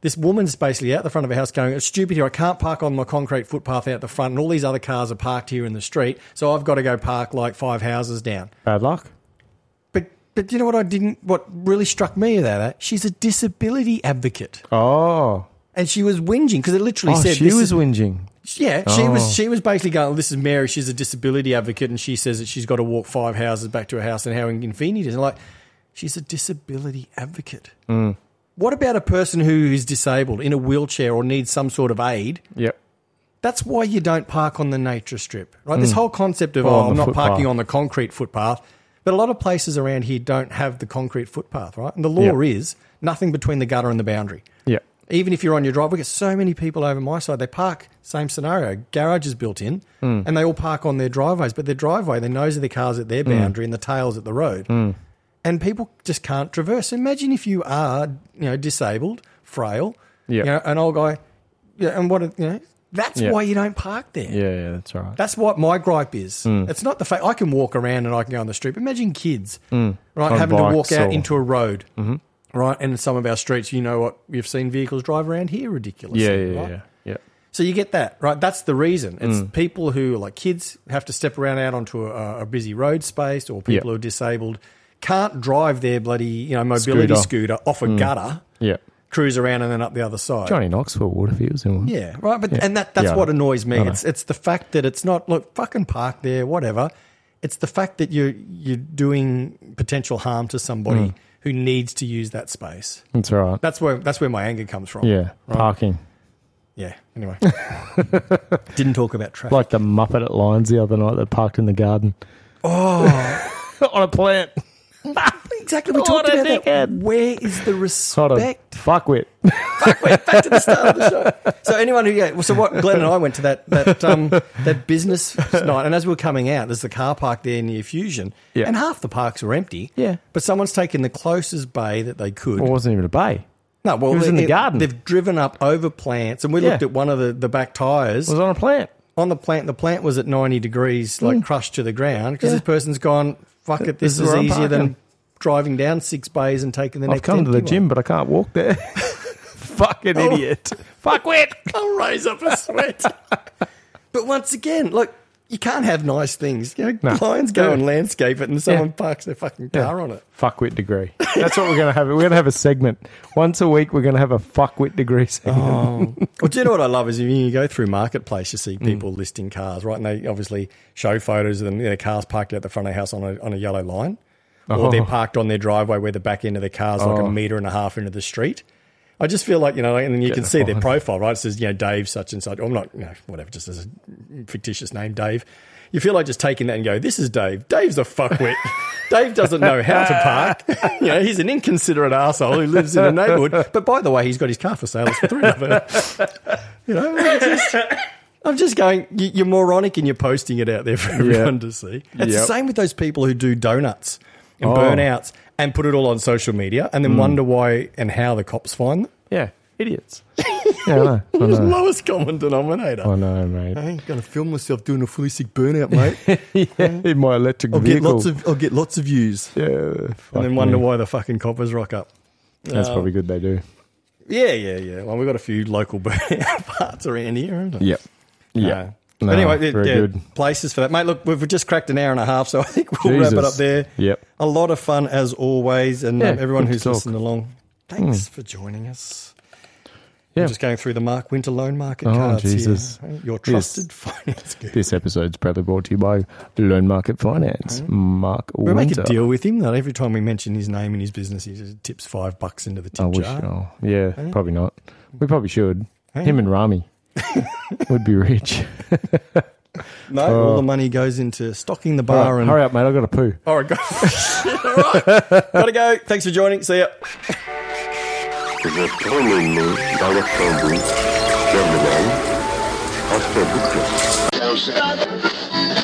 this woman's basically out the front of her house going, it's stupid here. I can't park on my concrete footpath out the front, and all these other cars are parked here in the street. So I've got to go park like five houses down. Bad luck. But but you know what I didn't? What really struck me about that? She's a disability advocate Oh. and she was whinging because it literally Oh, said she this was is- whinging. yeah she Oh. was she was basically going this is Mary she's a disability advocate and she says that she's got to walk five houses back to her house and how inconvenient it is and like she's a disability advocate Hmm. what about a person who is disabled in a wheelchair or needs some sort of aid Yep. that's why you don't park on the nature strip right this whole concept of Or Hmm. on oh the I'm not footpath. parking on the concrete footpath but a lot of places around here don't have the concrete footpath right and the law Yep. is nothing between the gutter and the boundary Yep. even if you're on your drive, we get so many people over my side. They park, same scenario, garage is built in, Hmm. and they all park on their driveways, but their driveway, the nose of the car's at Hmm. their boundary and the tail's at the road. And people just can't traverse. Imagine if you are, you know, disabled, frail, Yeah. you know, an old guy, yeah, and what, a- you know, that's Yeah. why you don't park there. Yeah, yeah, that's right. That's what my gripe is. Hmm. It's not the fact I can walk around and I can go on the street. But imagine kids, right, Hmm. On having to bikes walk out or- Mm-hmm. into a road, right, and in some of our streets, you know what you've seen vehicles drive around here ridiculous. yeah, yeah, right? yeah, Hmm. yeah. So you get that, right? That's the reason. It's people who, like kids, have to step around out onto a, a busy road space, or people Yep. who are disabled can't drive their bloody you know mobility scooter, Scooter. Hmm. off a gutter, Yeah. cruise around, and then up the other side. Johnny Knoxville would if he was in one. Yeah, right. But and that that's Yeah. what annoys me. It's it's the fact that it's not look fucking park there, whatever. It's the fact that you're you're doing potential harm to somebody Mm. who needs to use that space. That's right. That's where that's where my anger comes from. yeah. Parking. Yeah. Anyway, didn't talk about traffic. Like the Muppet at Lions the other night that parked in the garden. Oh. On a plant. exactly, we What talked a about that. dickhead. Where is the Sort of. respect? Fuck with. to the start of the show. So anyone who yeah, well, so what? Glenn and I went to that that um, that business night, and as we were coming out, there's the car park there near Fusion, Yeah. and half the parks are empty. Yeah. but someone's taken the closest bay that they could. It wasn't even a bay. no, well, it was in the they- garden. They've driven up over plants, and we Yeah. looked at one of the the back tires It was on a plant. on the plant. The plant was at ninety degrees, like crushed to the ground, because this person's gone. Fuck it, this, Mm. This is is where I'm easier than parking." driving down six bays and taking the I've next. come to the empty one. gym, but I can't walk there. Fucking Oh. idiot. Fuck with. I'll raise up a sweat. but once again, look, you can't have nice things. You know, No. lions go Yeah. and landscape it, and someone Yeah. parks their fucking car on it. Fuckwit degree. That's what we're going to have. We're going to have a segment. Once a week, we're going to have a fuckwit degree segment. Oh. Well, do you know what I love is when you go through marketplace, you see people listing cars, right? And they obviously show photos of them, you know, cars parked out the front of their house on a, on a yellow line, or they're Oh. parked on their driveway where the back end of the car's like a meter and a half into the street. I just feel like you know, and then you Get can the see their fine. profile, right? It says you know Dave such and such. Or I'm not you know, whatever, just as a fictitious name, Dave. You feel like just taking that and go, this is Dave. Dave's a fuckwit. Dave doesn't know how to park. you know, he's an inconsiderate asshole who lives in a neighbourhood. But by the way, he's got his car for sale. It's for three of it. You know, it's just- I'm just going. you- You're moronic, and you're posting it out there for everyone to see. It's the Yep. same with those people who do donuts and Oh. Hmm. burnouts and put it all on social media, and then wonder why and how the cops find them. Yeah, idiots. yeah, I know. I know. Lowest common denominator. I know, mate. ain't gonna film myself doing a fully sick burnout, mate. yeah, in my electric vehicle. of I'll get lots of views, yeah, fuck and then wonder uh, me. why the fucking coppers rock up. That's probably good. They do. Yeah, yeah, yeah. Well, we've got a few local burnout parts around here. Haven't we? Yep. Yeah. Uh, No, but anyway, very yeah, good. places for that, mate. Look, we've just cracked an hour and a half, so I think we'll wrap it Jesus. up there. Yep. A lot of fun as always, and um, Yeah, everyone good who's talk. Hmm. listened along, thanks for joining us. Yeah. I'm just going through the Mark Winter loan market Oh, cards Jesus. here. Your trusted finance guru. This episode's proudly brought to you by Loan Market Finance. Hmm? Mark We Winter. make a deal with him that every time we mention his name and his business, he just tips five bucks into the tip I wish. jar. Oh, yeah, probably not. We probably should. Him and Rami would be rich. No, all the money goes into stocking the Oh. All bar right, and. hurry up, mate. I've got a poo. All right, go. all right, gotta go. Thanks for joining. See ya. The following direct from Germany, Austria, Bucharest.